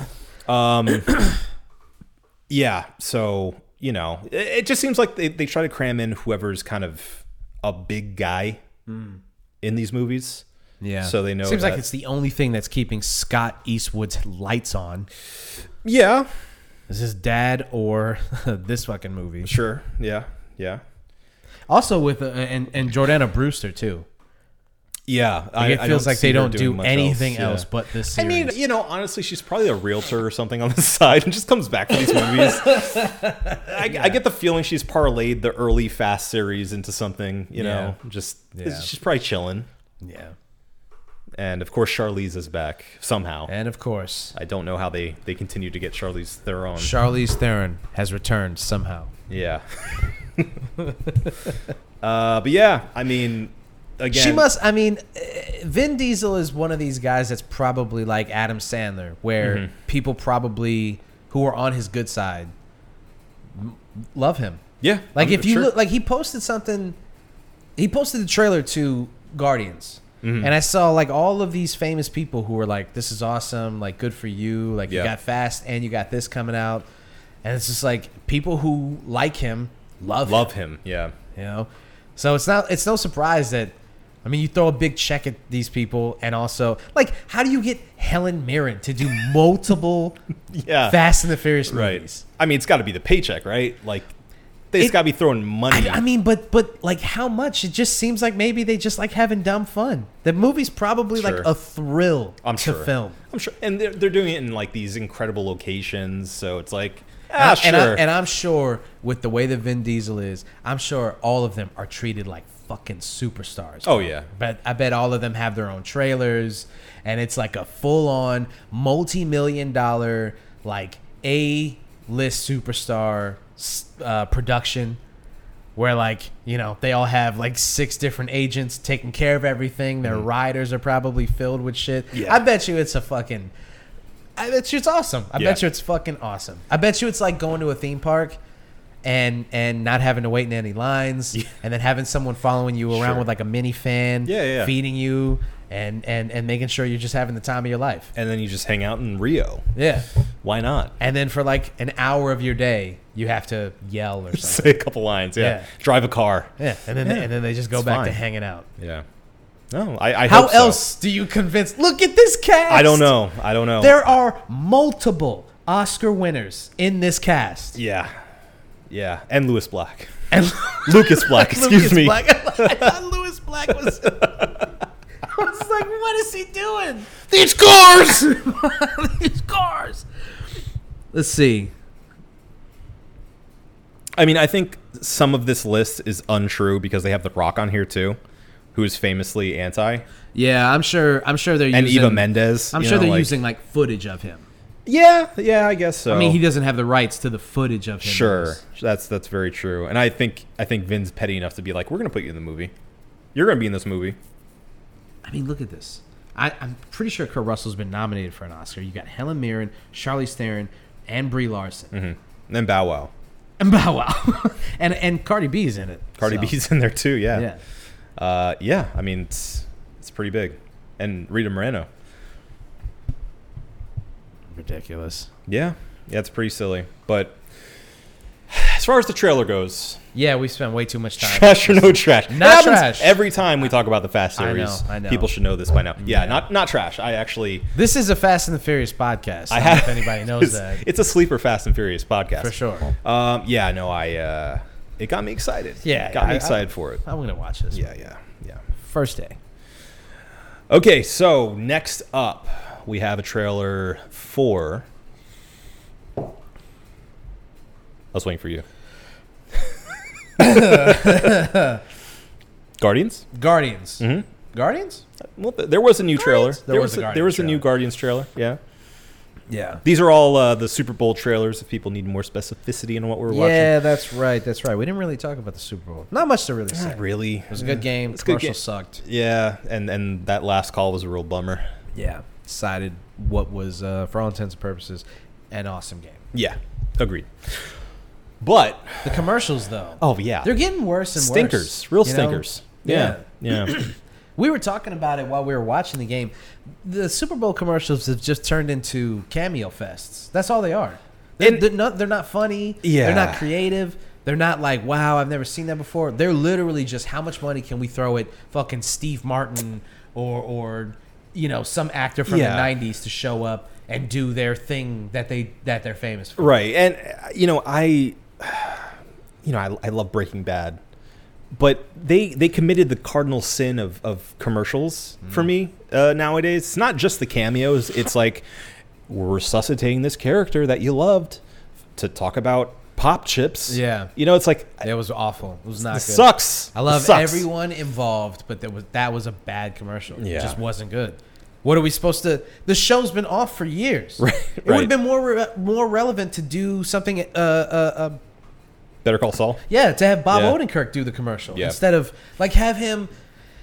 um <clears throat> Yeah, so you know, it, it just seems like they, they try to cram in whoever's kind of a big guy in these movies.
Yeah.
So they know
Seems like
that-
it's the only thing that's keeping Scott Eastwood's lights on.
Yeah,
Is his dad or <laughs> this fucking movie?
sure. Yeah, yeah.
Also with uh, and and Jordana Brewster too.
Yeah, I,
Like, it
I
feels
don't
like
see
they
her
don't
doing
do
much
anything
yeah.
else, but this.
I
Series.
mean, you know, honestly, she's probably a realtor or something on the <laughs> side and just comes back for
<laughs>
these movies. I, I get the feeling she's parlayed the early Fast series into something, you know, just
Yeah.
she's probably chilling.
yeah.
And of course, Charlize is back somehow.
And of course,
I don't know how they they continue to get Charlize their own.
Charlize Theron has returned somehow. <laughs>
yeah. uh, but yeah, I mean, again,
She must. I mean, uh, Vin Diesel is one of these guys that's probably like Adam Sandler, where
Mm-hmm.
people probably who are on his good side m- love him.
Yeah,
Like
I'm
if you
sure.
look, like he posted something, he posted the trailer to Guardians,
Mm-hmm.
and I saw like all of these famous people who were like, "This is awesome! Like, good for you! Like,
Yeah.
you got fast, and you got this coming out." And it's just like people who like him love
love him.
<laughs>
Yeah.
you know. So it's not it's no surprise that I mean you throw a big check at these people and also like how do you get Helen Mirren to do multiple
<laughs> Yeah.
Fast and the Furious
Right.
movies?
I mean, it's got to be the paycheck, right? Like, they just
It-
got to be throwing money.
I, I mean, but but like how much? It just seems like maybe they just like having dumb fun. The movie's probably
Sure.
like a thrill
I'm
to
sure.
film.
I'm sure, and they're, they're doing it in like these incredible locations, so it's like, ah, sure.
and, I, and I'm sure with the way that Vin Diesel is, I'm sure all of them are treated like fucking superstars.
oh yeah,
But I bet all of them have their own trailers, and it's like a full-on multi-million-dollar, like A-list superstar s- uh, production, where like you know they all have like six different agents taking care of everything. Their riders are probably filled with shit.
Mm-hmm. Yeah.
I bet you it's a fucking. I bet you it's awesome. I
Yeah.
bet you it's fucking awesome. I bet you it's like going to a theme park. And, and not having to wait in any lines, and then having someone following you around
Sure.
with like a mini fan,
Yeah, yeah, yeah.
feeding you and and and making sure you're just having the time of your life.
and then you just hang out in Rio.
Yeah.
Why not? <laughs>
And then for like an hour of your day, you have to yell or
<laughs>
something.
Say a couple lines. Yeah,
Yeah.
drive a car.
Yeah, and then They, and then they just go
It's
back to
fine.
hanging out.
Yeah. No, I. I
How
hope so.
else do you convince? Look at this cast.
I don't know. I don't know.
There are multiple Oscar winners in this cast.
yeah, yeah, and Lewis Black, <laughs>
And
Lucas Black.
<laughs>
Excuse
Lucas
me.
Black.
<laughs>
I thought Lewis Black was. <laughs> I was like, what is he doing?
These cars.
These cars. Let's see.
I mean, I think some of this list is untrue because they have The Rock on here too, who is famously anti,
Yeah, I'm sure. I'm sure they're
and
using,
Eva Mendes.
I'm
you
sure
know,
they're
like-
using like footage of him.
Yeah, yeah, I guess so.
I mean, he doesn't have the rights to the footage of him.
Sure, that's that's very true. And I think I think Vin's petty enough to be like, we're gonna put you in the movie. You're gonna be in this movie.
I mean, look at this. I, I'm pretty sure Kurt Russell's been nominated for an Oscar. You got Helen Mirren, Charlize Theron, and Brie Larson,
Mm-hmm. And then Bow Wow.
and Bow Wow, <laughs> and and Cardi B's in it.
Cardi
so,
B's <laughs> in there too. Yeah.
Yeah.
Uh, yeah. I mean, it's it's pretty big. And Rita Moreno.
Ridiculous.
Yeah. Yeah, it's pretty silly. But <sighs> as far as the trailer goes,
Yeah, we spent way too much time.
trash or no trash. It
Not
happens
trash.
Every time we talk about the Fast
I know,
series,
I know.
people should know this by now. Yeah, not not trash. I actually
This is a Fast and the Furious podcast. I, don't
I
know
have
if
<laughs>
anybody knows
it's,
that
It's a sleeper Fast and Furious podcast.
for sure.
Um, yeah, no, I uh, it got me excited.
Yeah,
got
I-
me excited for it.
I'm gonna watch this.
Yeah, yeah, yeah.
First day.
Okay, so next up, we have a trailer for. I was waiting
<laughs>
for you. Guardians.
Guardians.
Mm-hmm.
Guardians.
Well, th- there was a new trailer.
There was a
there
Guardians
was a new
trailer.
Guardians trailer. Yeah.
Yeah.
These are all uh, the Super Bowl trailers. If people need more specificity in what we're watching.
Yeah, that's right. That's right. We didn't really talk about the Super Bowl. Not much to really say.
Not really. It
was a good game.
It's a good
Commercial
game.
sucked.
Mm. Yeah, and and that last call was a real bummer.
Yeah. Decided what was, uh, for all intents and purposes, an awesome game.
Yeah, agreed. But
The commercials, though.
oh yeah,
They're getting worse and
stinkers,
worse.
real
you know?
stinkers. Yeah, yeah.
We were talking about it while we were watching the game. The Super Bowl commercials have just turned into cameo fests. That's all they are. They're,
And-
they're not. They're not funny. They're
Yeah.
not creative. They're not like, wow, I've never seen that before. They're literally just, how much money can we throw at fucking Steve Martin or or you know some actor from
Yeah.
the '90s to show up and do their thing that they that they're famous for.
right, and uh, you know I, you know I, I love Breaking Bad, but they they committed the cardinal sin of of commercials
Mm.
for me uh, nowadays. It's not just the cameos. It's like we're resuscitating this character that you loved to talk about pop chips.
Yeah.
you know it's like
It was awful. It was not
this
good.
sucks.
I love
This sucks.
everyone involved, but that was that was a bad commercial.
Yeah.
It just wasn't good. What are we supposed to? The show's been off for years.
<laughs> Right,
It would
right.
have been more re- more relevant to do something. Uh, uh, uh,
Better Call Saul.
<laughs> yeah, to have Bob
Yeah.
Odenkirk do the commercial
Yeah.
instead of like have him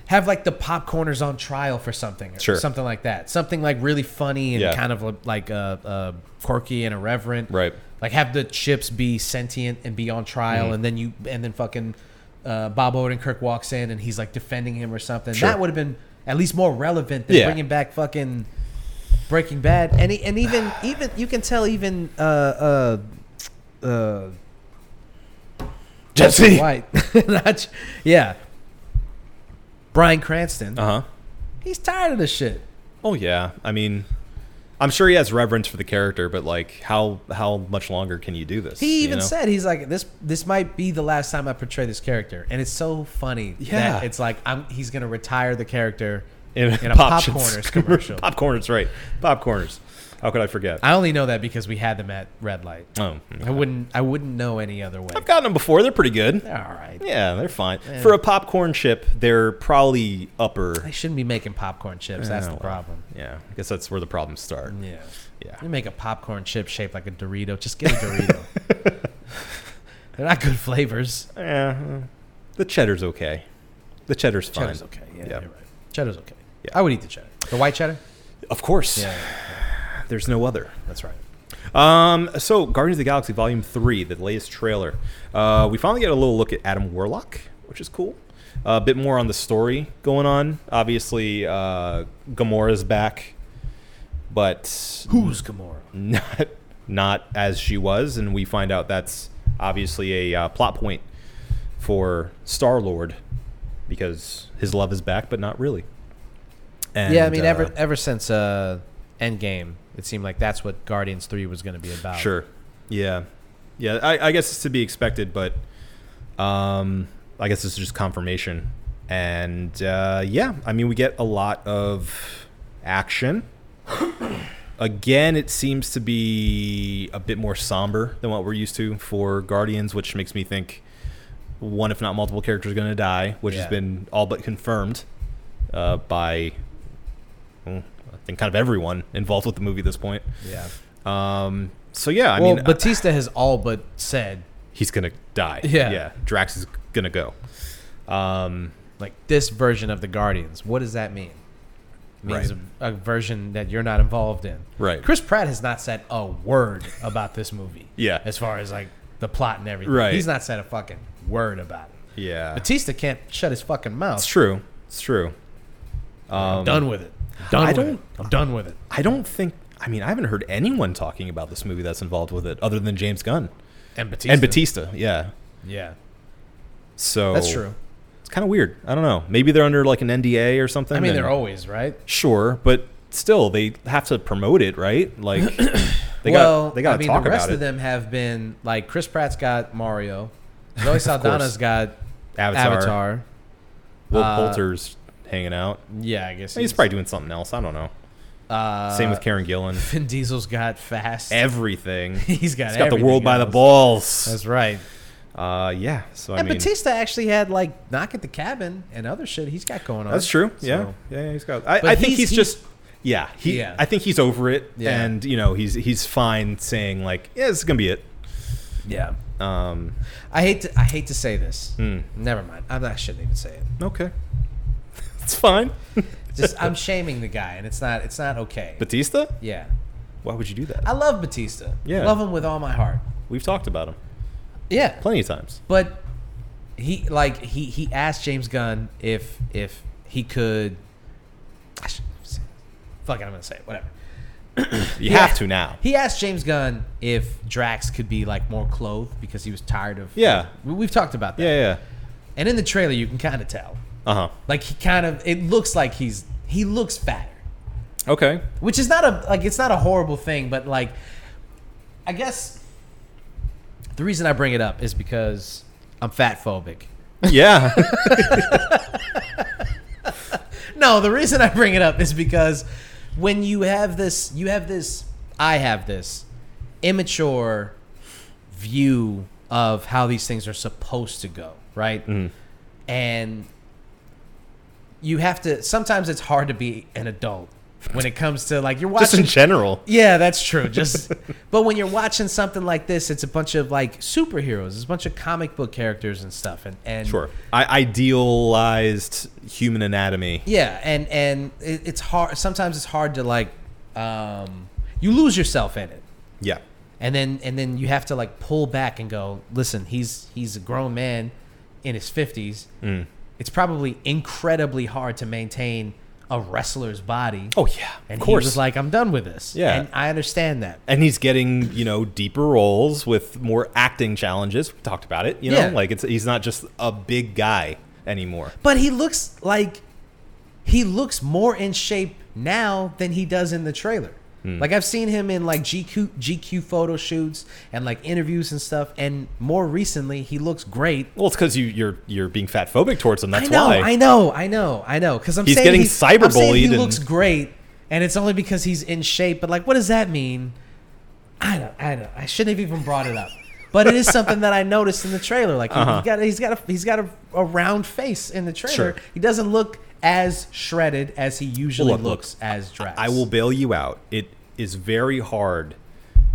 have like the popcorners on trial for something or
Sure.
something like that. Something like really funny and
Yeah.
kind of like uh, uh, quirky and irreverent.
Right. Mm.
Like have the chips be sentient and be on trial, and then you and then fucking uh, Bob Odenkirk walks in and he's like defending him or something.
Sure.
That would have been at least more relevant than
Yeah.
bringing back fucking Breaking Bad. And he, and even even you can tell even uh uh uh
Jesse. Uh
White, <laughs> Not J- yeah. Brian Cranston.
huh.
He's tired of this shit.
Uh-huh. Oh yeah. I mean, I'm sure he has reverence for the character, but like, how how much longer can you do this?
He
you
even
know?
said he's like this. This might be the last time I portray this character, and it's so funny
Yeah.
that it's like I'm. He's gonna retire the character
in,
in a
Pop
popcorners
Chips.
commercial.
popcorners, right? Popcorners. How could I forget?
I only know that because we had them at Red Light.
oh,
I wouldn't. I wouldn't know any other way.
I've gotten them before. They're pretty good.
They're all right.
Yeah, they're fine. For a popcorn chip, they're probably upper.
They shouldn't be making popcorn chips. That's
Oh,
the
well.
problem.
Yeah, I guess that's where the problems start.
Yeah.
Yeah.
You make a popcorn chip shaped like a Dorito. Just get a Dorito.
<laughs>
They're not good flavors.
Yeah. The cheddar's okay. The cheddar's fine.
Cheddar's okay. Yeah,
Yeah.
you're right. Cheddar's okay.
Yeah.
I would eat the cheddar. The white cheddar?
Of course.
Yeah,
There's no other.
that's right.
Um, so Guardians of the Galaxy Volume Three, the latest trailer. Uh, we finally get a little look at Adam Warlock, which is cool. Uh, a bit more on the story going on. Obviously, uh, Gamora's back, but <laughs>
Who's Gamora?
not not as she was, and we find out that's obviously a uh, plot point for Star Lord because his love is back, but not really. And,
yeah, I mean,
uh,
ever ever since uh, Endgame, it seemed like that's what Guardians 3 was going to be about.
Sure. Yeah. Yeah. I, I guess it's to be expected, but um, I guess it's just confirmation. And uh, yeah, I mean, we get a lot of action. <coughs> Again, it seems to be a bit more somber than what we're used to for Guardians, which makes me think one, if not multiple characters, going to die, which
Yeah.
has been all but confirmed uh, by, well, I think, kind of everyone involved with the movie at this point.
Yeah.
Um. So yeah, I
well,
mean, uh,
Batista has all but said,
he's gonna die.
Yeah.
yeah. Drax is gonna go. Um.
Like this version of the Guardians. What does that mean? It means
Right.
a, a version that you're not involved in.
Right.
Chris Pratt has not said a word about this movie.
<laughs> Yeah.
As far as like the plot and everything.
Right.
He's not said a fucking word about it.
Yeah.
Batista can't shut his fucking mouth.
it's true. It's true.
I'm done with it. Done
I
with
don't-
it. I'm done with it.
I don't think. I mean, I haven't heard anyone talking about this movie that's involved with it other than James Gunn
And Batista.
and Batista. Yeah.
Yeah.
So
That's true.
It's kind of weird. I don't know. Maybe they're under like an NDA or something.
I mean,
and-
they're always, right?
sure, but still, they have to promote it, right?
<clears throat>
Like, they
well,
got they got to
I mean,
talk
the rest
about
of
it.
them have been like Chris Pratt's got
<laughs>
Mario, Zoe Saldana's
course.
got
Avatar,
Avatar.
Will
uh,
Poulter's hanging out.
Yeah, I guess
He's probably doing something else. I don't know.
uh,
Same with Karen <laughs> Gillan.
Vin Diesel's got fast.
Everything. He's
<laughs> He's got.
got the
everything
world by the
else.
balls.
That's right.
Uh, yeah. So I
and
mean,
Batista actually had like knock at the cabin and other shit he's got going on.
That's true.
So-
Yeah. yeah. yeah, He's got. I,
But
I
he's-
think uh, he's,
he's-
just. Yeah. He.
Yeah.
I think he's over it,
Yeah.
and you know, he's he's fine saying like, yeah, this is gonna be it.
Yeah.
Um.
I hate to. I hate to say this.
Hmm.
Never mind. I'm not. I shouldn't even say it.
Okay. <laughs> it's fine.
Just
<laughs>
I'm shaming the guy, and it's not. It's not okay.
Batista.
yeah.
Why would you do that?
I love Batista.
Yeah.
Love him with all my heart.
We've talked about him
Yeah.
plenty of times.
But he like he he asked James Gunn if if he could. I should say, fuck it, I'm gonna say it. Whatever.
You
Yeah.
have to now.
He asked James Gunn if Drax could be like more clothed because he was tired of.
Yeah.
We- we've talked about that.
Yeah. Yeah.
And in the trailer, you can kind of tell.
Uh huh.
Like he kind of it looks like he's he looks fatter.
<laughs> Okay.
which is not a like it's not a horrible thing but like i guess the reason i bring it up is because i'm fat phobic
Yeah.
no the reason i bring it up is because when you have this you have this i have this immature view of how these things are supposed to go right
Mm-hmm.
and you have to sometimes it's hard to be an adult when it comes to like you're watching
just in general.
Yeah, that's true.
<laughs>
Just but when you're watching something like this, it's a bunch of like superheroes, it's a bunch of comic book characters and stuff, and and
Sure. I idealized human anatomy.
yeah, and and it, it's hard. Sometimes it's hard to like, um, you lose yourself in it,
Yeah.
and then and then you have to like pull back and go, listen, he's he's a grown man in his fifties.
Mm.
It's probably incredibly hard to maintain a wrestler's body.
Oh yeah.
and
of course.
he was like, I'm done with this.
Yeah.
and I understand that.
and he's getting you know deeper roles with more acting challenges. We talked about it. You know,
Yeah.
like it's he's not just a big guy anymore.
But he looks like he looks more in shape now than he does in the trailer. Like I've seen him in like GQ GQ photo shoots and like interviews and stuff, and more recently he looks great.
Well, it's because you you're you're being fat phobic towards him. That's
I know,
why.
I know, I know, I know. Because I'm
He's
saying
getting
he's, I'm saying
cyberbullied
He
and-
looks great, and it's only because he's in shape. But like, what does that mean? I don't, I don't. I shouldn't have even brought it up. But it is something that I noticed in the trailer. Like he, he got, he's got, a, he's got a, a round face in the trailer.
Uh-huh. Sure.
He doesn't look as shredded as he usually
Look, look,
looks as Drax.
I will bail you out. It is very hard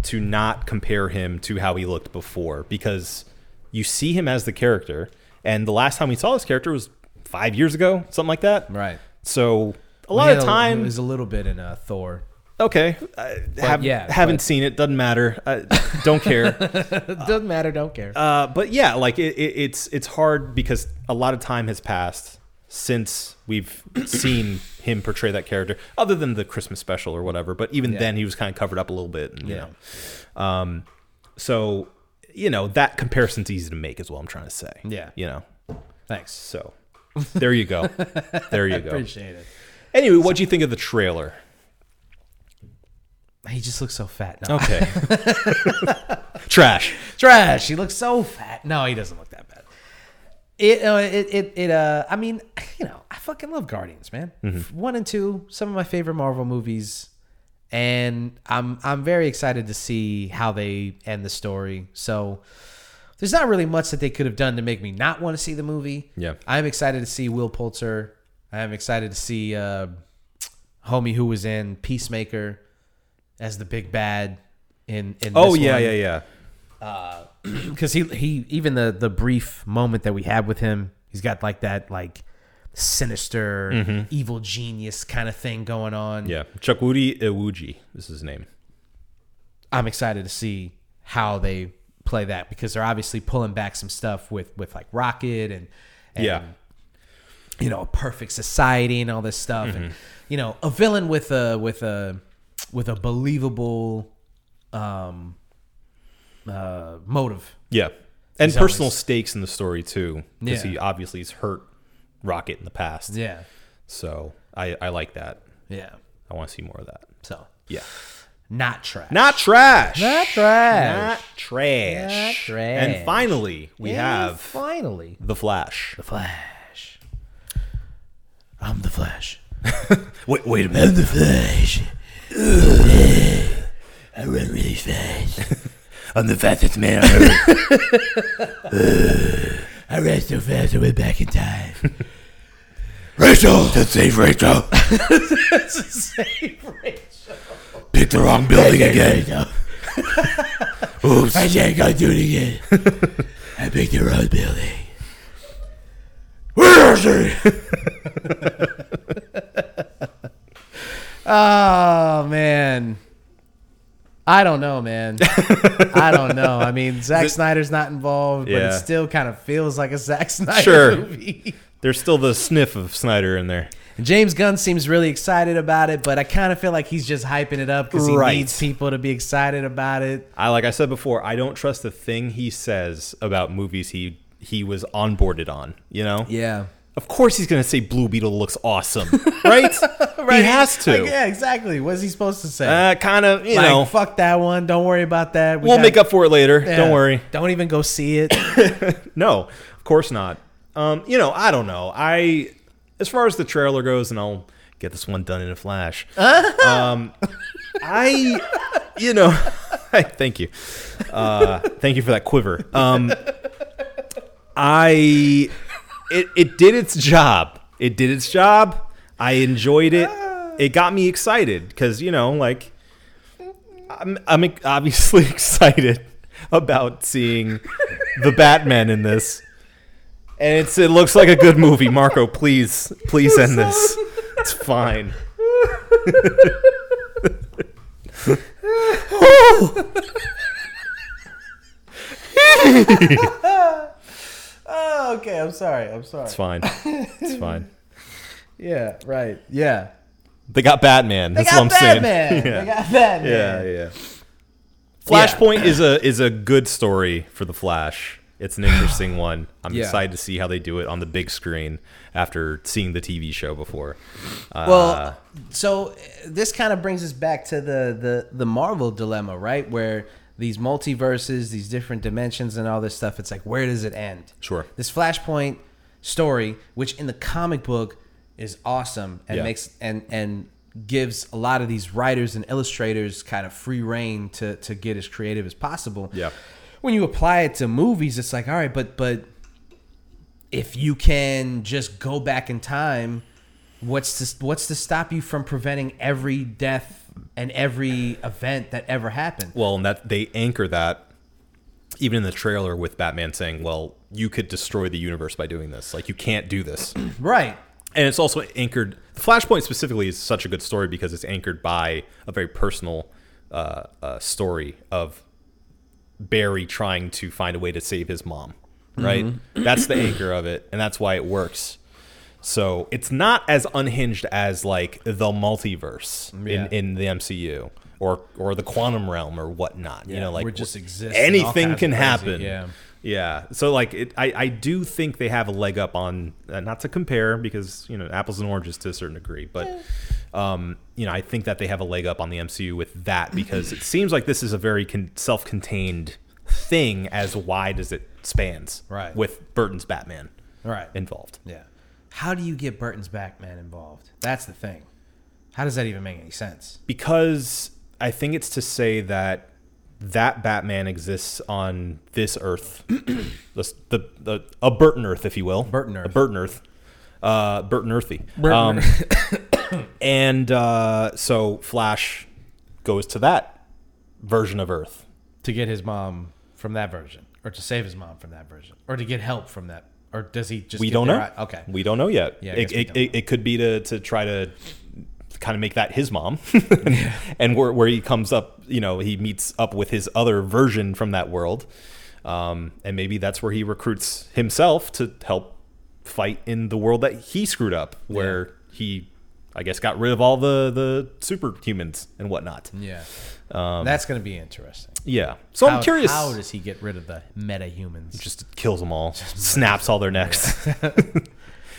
to not compare him to how he looked before because you see him as the character, and the last time we saw this character was five years ago, something like that.
Right.
So a
He
lot
had
of
a-
time.
It was a little bit in uh, Thor.
okay, I have,
yeah,
haven't
but-
seen it. Doesn't matter. I don't
<laughs>
care.
Doesn't matter. Don't care.
Uh, but yeah, like it, it, it's it's hard because a lot of time has passed since
<coughs>
we've seen him portray that character, other than the Christmas special or whatever. But even
Yeah.
then, he was kind of covered up a little bit. And,
Yeah.
You know, um, so you know that comparison's easy to make, is what I'm trying to say.
Yeah.
You know,
Thanks.
so there
<laughs>
you go, there you go.
Appreciate it.
Anyway, what do you think of the trailer?
He just looks so fat. No, <laughs>
Okay, trash.
trash. He looks so fat. No, he doesn't look that bad. It, uh, it, it, it, uh, I mean, you know, I fucking love Guardians, man.
Mm-hmm.
One and two, some of my favorite Marvel movies, and I'm, I'm very excited to see how they end the story. So, there's not really much that they could have done to make me not want to see the movie.
Yeah.
I'm excited to see Will Poulter. I'm excited to see uh, homie who was in Peacemaker as the big bad in in.
Oh
this
yeah,
one
yeah, yeah.
because he he even the the brief moment that we had with him, he's got like that like sinister, evil genius kind of thing going on.
Yeah, Chukwudi Iwuji is his name.
I'm excited to see how they play that because they're obviously pulling back some stuff with with like Rocket and, and
Yeah.
you know, a perfect society and all this stuff, and you know, a villain with a with a with a believable um uh motive.
Yeah, and
He's
personal
always-
stakes in the story too, because
Yeah.
he obviously has hurt Rocket in the past.
Yeah,
So I I like that.
yeah.
I want to see more of that.
So
Yeah.
not trash.
Not trash.
Not trash.
Not trash.
Not trash.
And finally, we
And
have <laughs>
finally
the Flash.
the Flash. I'm the
<laughs>
Flash.
Wait, wait a minute.
Flash. I run really fast. <laughs> I'm the fastest man on earth. Ugh. <laughs> I ran so fast I went back in time. <laughs> Rachel! To save <laughs> Rachel! Picked the wrong building again. <laughs> Oops. I can't go do it again. <laughs> I picked the wrong building. Where is she? <laughs>
Oh man. I don't know,
<laughs>
man. I don't know. I mean, Zack Snyder's not involved, but
Yeah.
it still kind of feels like a Zack Snyder
Sure.
movie.
There's still the sniff of Snyder in there.
James Gunn seems really excited about it, but I kind of feel like he's just hyping it up because he
Right.
needs people to be excited about it.
I like I said before, I don't trust the thing he says about movies he he was onboarded on, you know?
Yeah.
Of course he's gonna say Blue Beetle looks awesome.
<laughs>
right? He has to.
Like, yeah, exactly. What is he supposed to say?
uh, kind of, you
like,
know.
fuck that one. Don't worry about that.
We'll make up for it later. Don't worry.
Don't even go see it. <coughs>
No, of course not. Um, you know, I don't know. I as far as the trailer goes, and I'll get this one done in a flash. um, I, you know, <laughs> thank you, uh, thank you for that quiver. Um, I, it it did its job. It did its job. I enjoyed it. It got me excited because you know, like, I'm I'm ex- obviously <laughs> excited about seeing the Batman in this. And it's it looks like a good movie. Marco, please, please end this. It's fine.
oh, okay. I'm sorry. I'm sorry.
It's fine.
<laughs>
It's fine.
Yeah. Right. Yeah.
They got Batman.
They
That's
got
what I'm
Batman.
saying. <laughs> Yeah.
They got Batman.
yeah, yeah. Flashpoint is a is a good story for the Flash. It's an
<sighs>
interesting one. I'm
Yeah.
excited to see how they do it on the big screen after seeing the TV show before. Ah.
Well, so uh, this kind of brings us back to the, the the Marvel dilemma, right? Where these multiverses, these different dimensions, and all this stuff. It's like, where does it end?
Sure.
This Flashpoint story, which in the comic book is awesome and
Yeah.
makes and and gives a lot of these writers and illustrators kind of free reign to to get as creative as possible.
Yeah.
When you apply it to movies, it's like, all right, but but if you can just go back in time, what's to, what's to stop you from preventing every death and every event that ever happened?
Well, and that they anchor that even in the trailer with Batman saying, "Well, you could destroy the universe by doing this. Like you can't do this." and
Right.
it's also anchored. Flashpoint specifically is such a good story because it's anchored by a very personal uh, uh, story of Barry trying to find a way to save his mom. Right?
Mm-hmm.
<clears throat> That's the anchor of it, and that's why it works. So it's not as unhinged as like the multiverse
Yeah.
in, in the MCU or or the quantum realm or whatnot. you
Yeah,
know, like
we're just existing, all
anything
kinds
can
of crazy,
happen.
yeah.
Yeah. So like it, I I do think they have a leg up on uh, not to compare because you know apples and oranges to a certain degree, but um you know I think that they have a leg up on the MCU with that because it seems like this is a very con- self-contained thing as wide as it spans.
Right.
With Burton's Batman
Right.
involved.
yeah. How do you get Burton's Batman involved? That's the thing. How does that even make any sense?
because I think it's to say that that Batman exists on this
<clears throat>
Earth, the, the, the a Burton Earth, if you will,
Burton Earth.
a Burton Earth, uh, Burton Earthy, um, <coughs>
<coughs>
and uh, so Flash goes to that version of Earth.
To get his mom from that version, or to save his mom from that version, or to get help from that or does he just?
we
get
don't
there
know.
at- Okay.
we don't know yet.
Yeah, I
it,
guess we
it,
don't
it, it could be to to try to kind of make that his mom, <laughs> and where where he comes up, you know, he meets up with his other version from that world, um, and maybe that's where he recruits himself to help fight in the world that he screwed up, where he. I guess got rid of all the the superhumans and whatnot.
yeah. That's going to be interesting.
Yeah, so
How-
I'm curious.
How does he get rid of the meta humans?
just kills them all, snaps all their
<laughs>
necks, <laughs>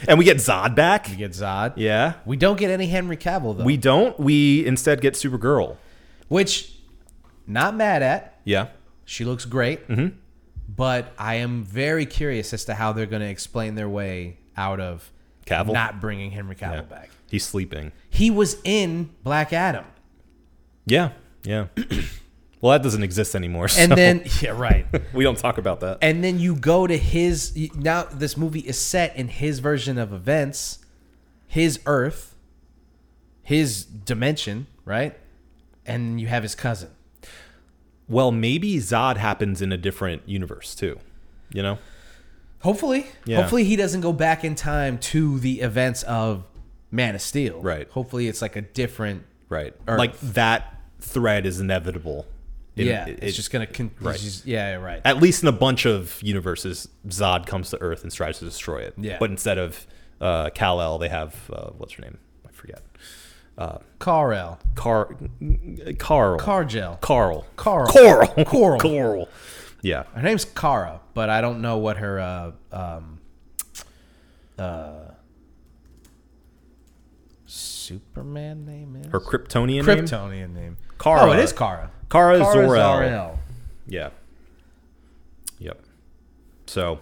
and we get Zod back.
We get Zod.
Yeah,
We don't get any Henry Cavill though.
We don't. We instead get Supergirl.
which, not mad at.
Yeah.
She looks great.
Mm-hmm.
But I am very curious as to how they're going to explain their way out of
Cavill?
not bringing Henry Cavill
Yeah.
back.
He's sleeping.
He was in Black Adam.
Yeah. <clears throat> Yeah. well, that doesn't exist anymore.
And
so <laughs>
then, yeah, right.
we don't talk about that.
<laughs> and then you go to his now this movie is set in his version of events his earth his dimension right and you have his cousin
Well, maybe Zod happens in a different universe too. You know?
hopefully
Yeah.
hopefully he doesn't go back in time to the events of man of steel
Right.
hopefully it's like a different
Right.
Earth.
Like that thread is inevitable. It-
yeah
it-
it's
it-
just gonna con-
right.
just- yeah right
at least in a bunch of universes, Zod comes to Earth and tries to destroy it.
Yeah.
But instead of uh, Kal El, they have uh, what's her name? I forget.
carl
Car, Carl.
cargel
Carl.
Carl.
Coral.
Coral.
Coral. Yeah.
her name's kara but i don't know what her uh um uh superman name is
Her Kryptonian name.
Kryptonian name.
Kara.
Oh, it is Kara.
Kara Zor-El.
Zor-El.
Yeah. Yep. So,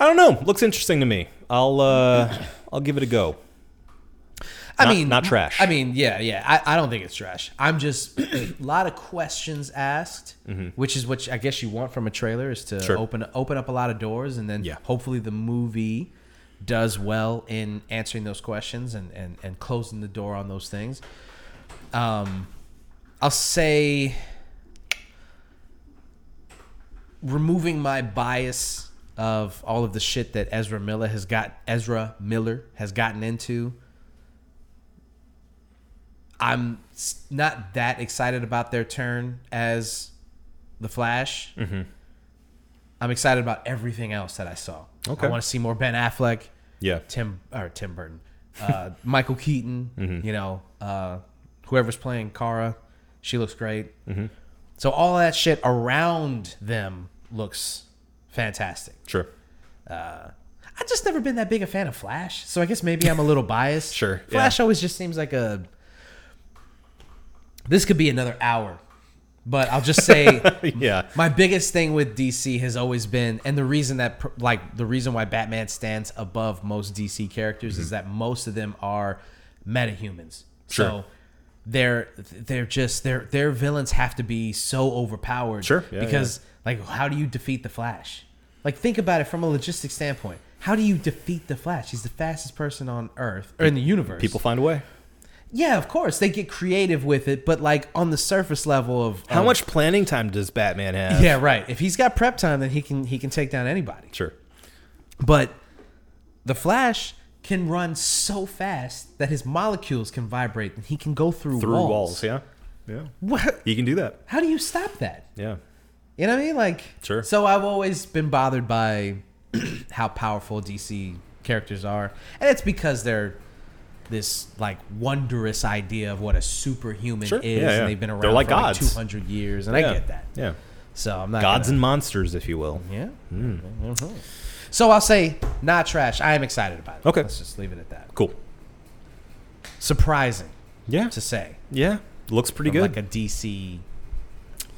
I don't know. Looks interesting to me. I'll uh, I'll give it a go.
I
Not-
mean,
not trash.
I mean, yeah, yeah. I, I don't think it's trash. I'm just <clears throat> a lot of questions asked, which is what you- I guess you want from a trailer is to
Mm-hmm. Sure.
open open up a lot of doors, and then
Yeah.
hopefully the movie does well in answering those questions and and and closing the door on those things. Um, I'll say removing my bias of all of the shit that Ezra Miller has got Ezra Miller has gotten into. I'm s- not that excited about their turn as the Flash. I'm excited about everything else that I saw.
Okay.
I want to see more Ben Affleck,
Yeah.
Tim or Tim Burton, uh, Michael Keaton. You know, uh, whoever's playing Kara, she looks great. So all that shit around them looks fantastic.
Sure. <laughs>
I've just never been that big a fan of Flash, so I guess maybe I'm a little biased.
<laughs> Sure, yeah.
Flash always just seems like a. This could be another hour, but I'll just
<laughs>
say
Yeah.
my biggest thing with DC has always been, and the reason that pr- like the reason why Batman stands above most DC characters is that most of them are metahumans.
Mm-hmm. Sure.
So they're they're just their their villains have to be so overpowered.
Sure. Yeah,
because like how do you defeat the Flash? Like think about it from a logistics standpoint. How do you defeat the Flash? He's the fastest person on Earth or in the universe.
People find a way.
yeah, of course they get creative with it, but like on the surface level of
How
of-
much planning time does Batman have?
yeah, right. If he's got prep time, then he can he can take down anybody.
Sure.
But the Flash can run so fast that his molecules can vibrate and he can go through,
Through
walls.
walls. Yeah. Yeah.
What?
He can do that.
How do you stop that?
Yeah.
You know what I mean? Like,
Sure.
So I've always been bothered by <clears throat> how powerful DC characters are, and it's because they're this like wondrous idea of what a superhuman
Sure.
is,
Yeah, yeah.
and they've been
They're
around
like
for
gods.
like two hundred years, and I
Yeah.
get that.
Yeah.
So I'm not
Gods
gonna-
and monsters, if you will.
Yeah.
Mm.
Mhm. So I'll say not trash. I am excited about it.
Okay.
Let's just leave it at that.
Cool.
Surprising
Yeah.
to say.
Yeah. Looks pretty
from, Like
good.
a DC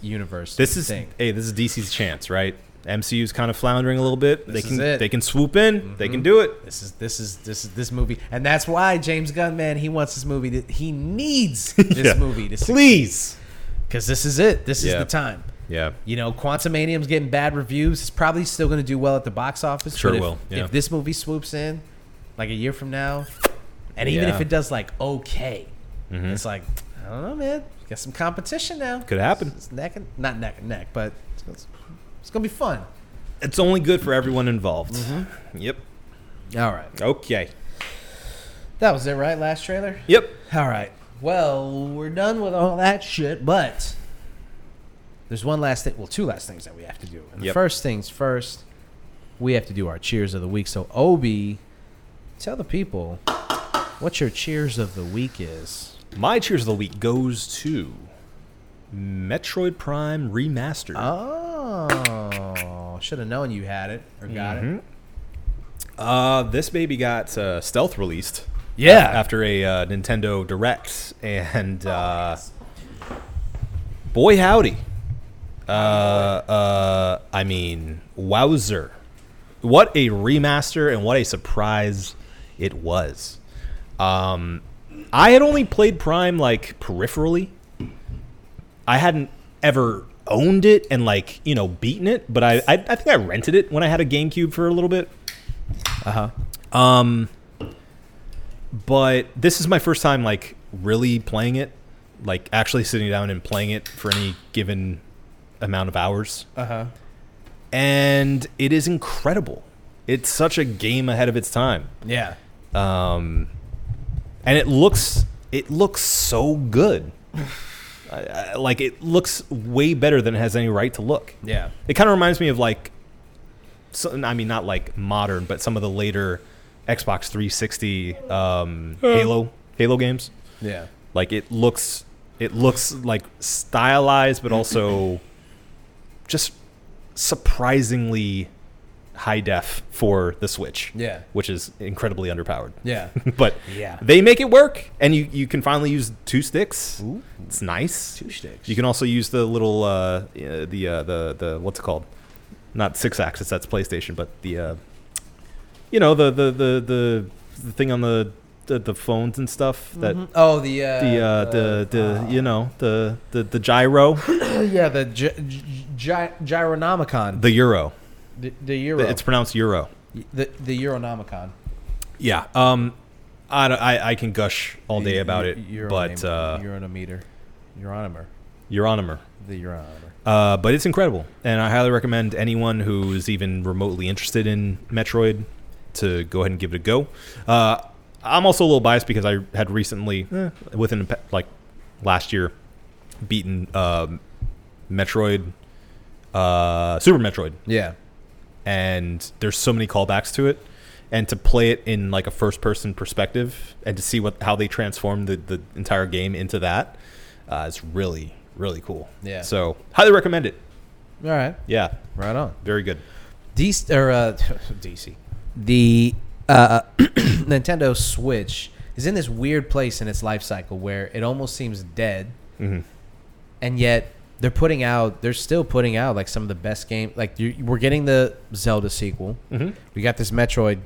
universe.
This is
thing.
hey, this is DC's chance, right? MCU's kind of floundering a little bit. they
This
can
is it.
they can swoop in. They can do it.
This is this is this is this movie, and that's why James Gunn, man, he wants this movie. To, he needs
<laughs>
this
Yeah.
movie to
Please.
because this is it. This
Yeah.
is the time.
Yeah.
You know, Quantumanium's getting bad reviews. It's probably still going to do well at the box office.
Sure
but if,
will, yeah.
If this movie swoops in, like a year from now, and even
Yeah. Mm-hmm.
if it does like okay, it's like I don't know, man. Got some competition now.
Could happen.
It's neck and not neck and neck, but it's, it's gonna be fun.
It's only good for everyone involved.
Mm-hmm.
Yep.
All right.
Okay.
That was it, right? Last trailer?
Yep.
All right. Well, we're done with all that shit, but there's one last thing. Well, two last things that we have to do. And the
Yep.
first things first, we have to do our cheers of the week. So, Obi, tell the people what your cheers of the week is.
My cheers of the week goes to Metroid Prime Remastered.
Ah. Oh, should have known you had it or got
Mm-hmm.
it.
Uh, this baby got uh, stealth released.
Yeah.
af- After a uh, Nintendo Direct, and uh, boy howdy, uh, uh, I mean, wowzer! What a remaster and what a surprise it was. Um, I had only played Prime like peripherally. I hadn't ever owned it and like you know beaten it, but I I, I think I rented it when I had a GameCube for a little bit. but this is my first time like really playing it like actually sitting down and playing it for any given amount of hours uh-huh and it is incredible it's such a game ahead of its time
Yeah.
um and it looks it looks so good <laughs> I, I, like it looks way better than it has any right to look
Yeah.
it kind of reminds me of like, so, I mean, not like modern, but some of the later Xbox 360 um, Halo Halo games.
Yeah.
Like it looks, it looks like stylized,
<clears throat>
but also just surprisingly high def for the Switch.
Yeah.
which is incredibly underpowered. <laughs>
Yeah.
but
Yeah.
they make it work, and you you can finally use two sticks.
Ooh.
It's nice.
Two sticks.
You can also use the little uh, uh, the uh, the the what's it called? Not six axis. That's PlayStation, but the uh, you know the the the the, the thing on the, the the phones and stuff that
Oh, the uh,
the uh, the the you know the the the gyro
yeah the gy- gy- gyronomicon
the euro.
the, the euro
It's pronounced euro.
the the Euronomicon.
Yeah. Um, I don't- I, I can gush all day about it, but uh,
Euronometer, Euronymer,
Euronymer.
the Euronymer.
Uh, but it's incredible, and I highly recommend anyone who's even remotely interested in Metroid to go ahead and give it a go. Uh, I'm also a little biased because I had recently, eh, within the pa- like last year, beaten um Metroid, uh, Super Metroid,
Yeah,
and there's so many callbacks to it, and to play it in like a first-person perspective and to see what how they transform the, the entire game into that, uh, it's really really cool.
Yeah.
So highly recommend it.
all right,
Yeah,
right on.
very good.
DC or
<laughs>
uh, DC, the uh, <clears throat> Nintendo Switch is in this weird place in its life cycle where it almost seems dead,
Mm-hmm.
and yet they're putting out. They're still putting out like some of the best game. Like you, we're getting the Zelda sequel.
Mm-hmm.
We got this Metroid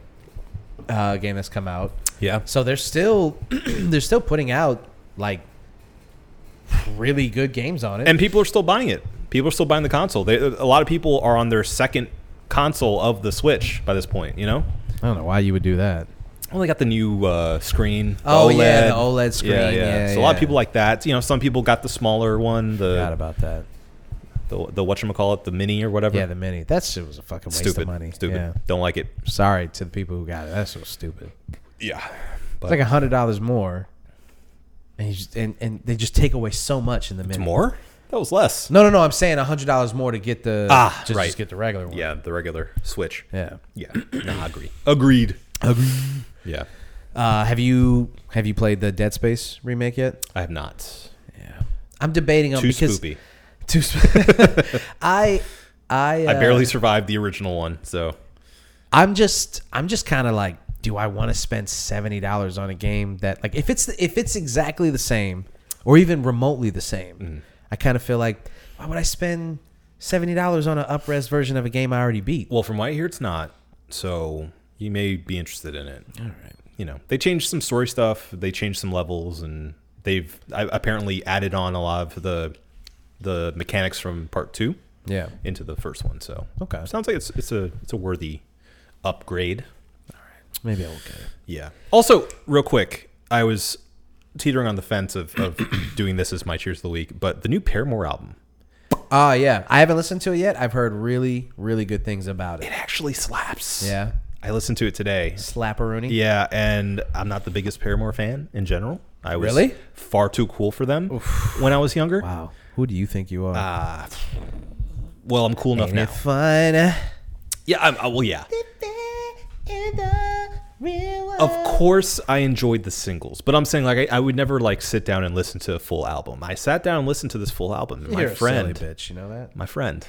uh, game that's come out.
Yeah.
So they're still <clears throat> they're still putting out like really good games on it.
And people are still buying it. People are still buying the console. They, a lot of people are on their second console of the Switch by this point. You know,
I don't know why you would do that.
well, they got the new uh, screen. the
Oh, yeah, the OLED screen, yeah,
so a lot of
yeah.
people like that. You know, some people got the smaller one,
Forgot
the
about that.
the, the what call it, the mini or whatever.
Yeah, the mini. That shit was a fucking waste
stupid,
of money.
stupid.
Yeah.
Don't like it.
Sorry to the people who got it. That's so stupid.
Yeah.
It's like a hundred dollars more, and, you just, and and they just take away so much in the mini.
More? That was less.
No, no, no. I'm saying a hundred dollars more to get the
Ah,
just,
right.
just get the regular one.
Yeah, the regular Switch.
yeah.
Yeah. <clears throat> no, agree. Agreed. Agreed. Yeah.
Uh, have you have you played the Dead Space remake yet?
I have not.
Yeah. I'm debating on
Too
because
spoopy.
<laughs> Too sp- I I uh,
I barely survived the original one, so
I'm just I'm just kind of like do I want to spend seventy dollars on a game that like if it's the, if it's exactly the same or even remotely the same
Mm.
I kind of feel like why would I spend seventy dollars on an upres version of a game I already beat
Well, from what I hear, it's not. So you may be interested in it. All right. You know, they changed some story stuff. They changed some levels, and they've I, apparently added on a lot of the the mechanics from part two
yeah
into the first one. So
Okay.
sounds like it's it's a it's a worthy upgrade.
maybe I will get it
Yeah. Also, real quick, I was
<clears throat>
teetering on the fence of, of doing this as my cheers of the week, but the new Paramore album
Oh yeah, I haven't listened to it yet. I've heard really, really good things about it.
It actually slaps.
Yeah,
I listened to it today.
Slapperoonie.
Yeah, and I'm not the biggest Paramore fan in general. I was
Really?
far too cool for them when I was younger.
Wow. Who do you think you are?
Ah, well, I'm cool enough
Ain't it
now.
fun?
Yeah, I'm, uh, well, yeah. Of course, I enjoyed the singles, but I'm saying like I, I would never like sit down and listen to a full album. I sat down and listened to this full album. and My
You're
friend,
a silly bitch. You know that?
my friend,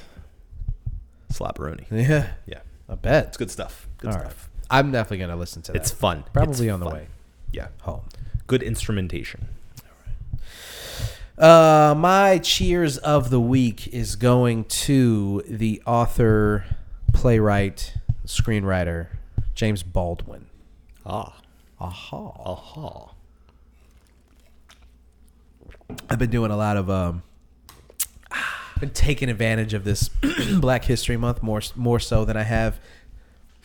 Slapperoni.
Yeah,
Yeah,
I bet.
it's good stuff. Good
All right.
stuff.
I'm definitely gonna listen to that.
It's fun.
Probably
It's
on the
fun.
way
Yeah,
home.
good instrumentation.
Uh, my cheers of the week is going to the author, playwright, screenwriter James Baldwin.
Ah,
Aha.
aha.
I've been doing a lot of um been taking advantage of this <clears throat> Black History Month more more so than I have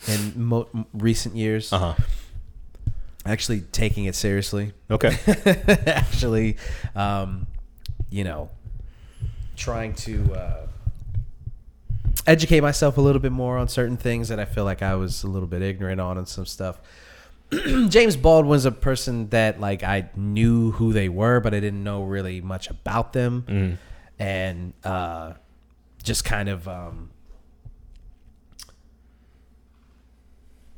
in mo- m- recent years.
Uh huh.
Actually taking it seriously. <laughs>
Okay.
Actually um you know trying to uh educate myself a little bit more on certain things that I feel like I was a little bit ignorant on and some stuff. <clears throat> James Baldwin's a person that like I knew who they were, but I didn't know really much about them, and uh, just kind of um,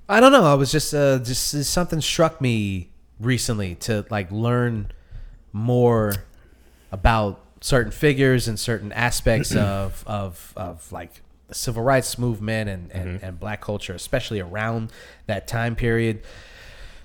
I don't know. I was just uh, just something struck me recently to like learn more about certain figures and certain aspects of of of like the civil rights movement and and, and black culture, especially around that time period.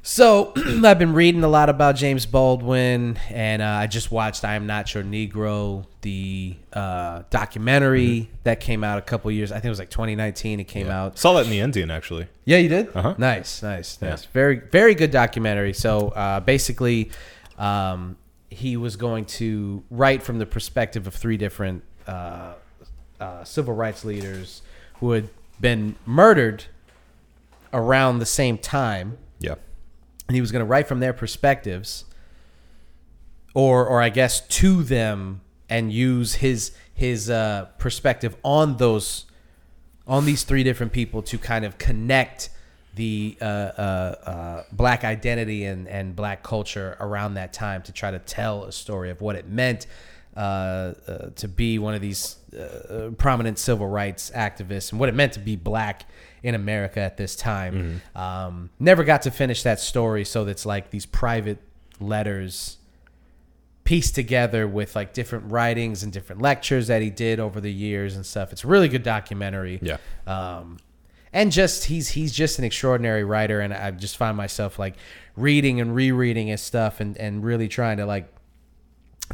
So <clears throat> I've been reading a lot about James Baldwin, and uh, I just watched "I Am Not Your Negro," the uh, documentary that came out a couple years. I think it was like 2019. It came out.
Saw that in the Indian actually.
Yeah, you did.
Uh-huh.
Nice, nice, nice.
Yeah.
Very, very good documentary. So uh, basically, um, he was going to write from the perspective of three different uh, uh, civil rights leaders who had been murdered around the same time
Yeah.
and he was going to write from their perspectives or or I guess to them and use his his uh, perspective on those on these three different people to kind of connect the uh, uh, uh, black identity and, and black culture around that time to try to tell a story of what it meant uh, uh, to be one of these uh, prominent civil rights activists and what it meant to be black in America at this time. Um, never got to finish that story, so it's like these private letters pieced together with like different writings and different lectures that he did over the years and stuff. It's a really good documentary.
Yeah.
Um, and just he's he's just an extraordinary writer, and I just find myself like reading and rereading his stuff, and and really trying to like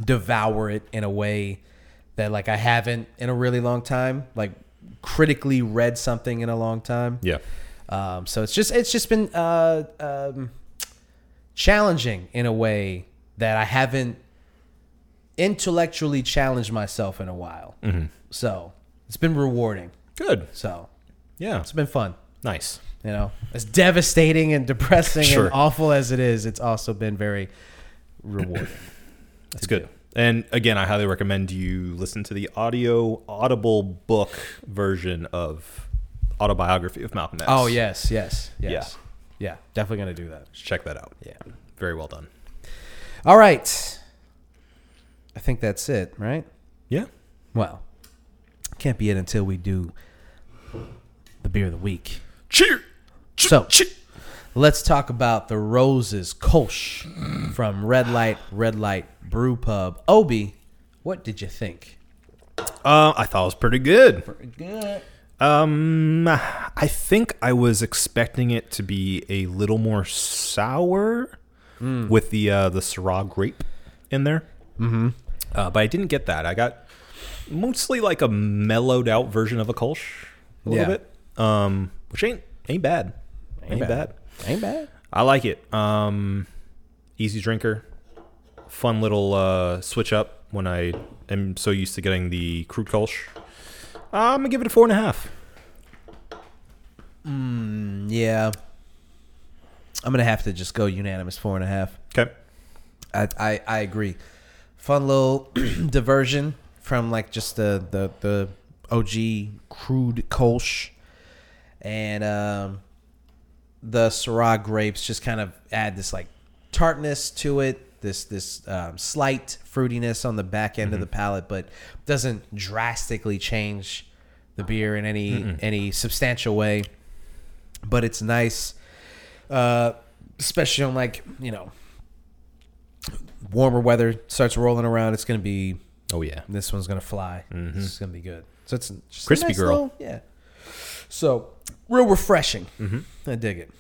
devour it in a way that like I haven't in a really long time. Like critically read something in a long time.
Yeah.
Um, so it's just it's just been uh, um, challenging in a way that I haven't intellectually challenged myself in a while. So it's been rewarding.
Good.
So
Yeah.
it's been fun.
Nice.
You know, as devastating and depressing
Sure.
and awful as it is, it's also been very rewarding.
<coughs> That's good. And again, I highly recommend you listen to the audio audible book version of autobiography of Malcolm X.
oh yes, yes, yes, yeah, definitely gonna do that.
Check that out. Yeah. Very well done.
All right, I think that's it, right?
Yeah.
Well, can't be it until we do the beer of the week.
Cheer.
So, let's talk about the Roses Kolsch from Red Light, Red Light Brew Pub. Obi, what did you think?
Uh, I thought it was pretty good. Um, I think I was expecting it to be a little more sour with the uh, the Syrah grape in there. Mm-hmm. Uh, but I didn't get that. I got mostly like a mellowed out version of a Kolsch a little
Yeah.
bit, um, which ain't ain't bad. Ain't, bad.
Ain't bad.
I like it. Um, easy drinker, fun little uh, switch up when I am so used to getting the crude Kolsch. Uh, I'm gonna give it a four and a half.
Yeah. I'm going to have to just go unanimous four and a half.
Okay.
I, I, I agree. Fun little <clears throat> diversion from like just the the the OG crude Kolsch, and um, the Syrah grapes just kind of add this like tartness to it, this this um, slight fruitiness on the back end of the palate, but doesn't drastically change the beer in any any substantial way. But it's nice, uh, especially on like you know warmer weather starts rolling around. It's gonna be
Oh yeah.
this one's gonna fly. This is gonna be good. So it's just a
Mm-hmm. Crispy
nice
girl.
little- yeah. So real refreshing.
Mm-hmm.
I dig it.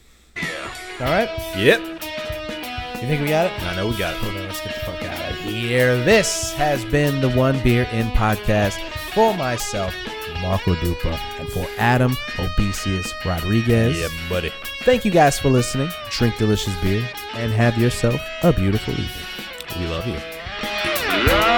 All right.
Yep.
You think we got it?
I know we got it.
Well, then let's get the fuck out of here. This has been the One Beer In podcast for myself, Marco Dupa, and for Adam Obesius Rodriguez.
Yeah, buddy.
Thank you guys for listening. Drink delicious beer and have yourself a beautiful evening.
We love you.
Love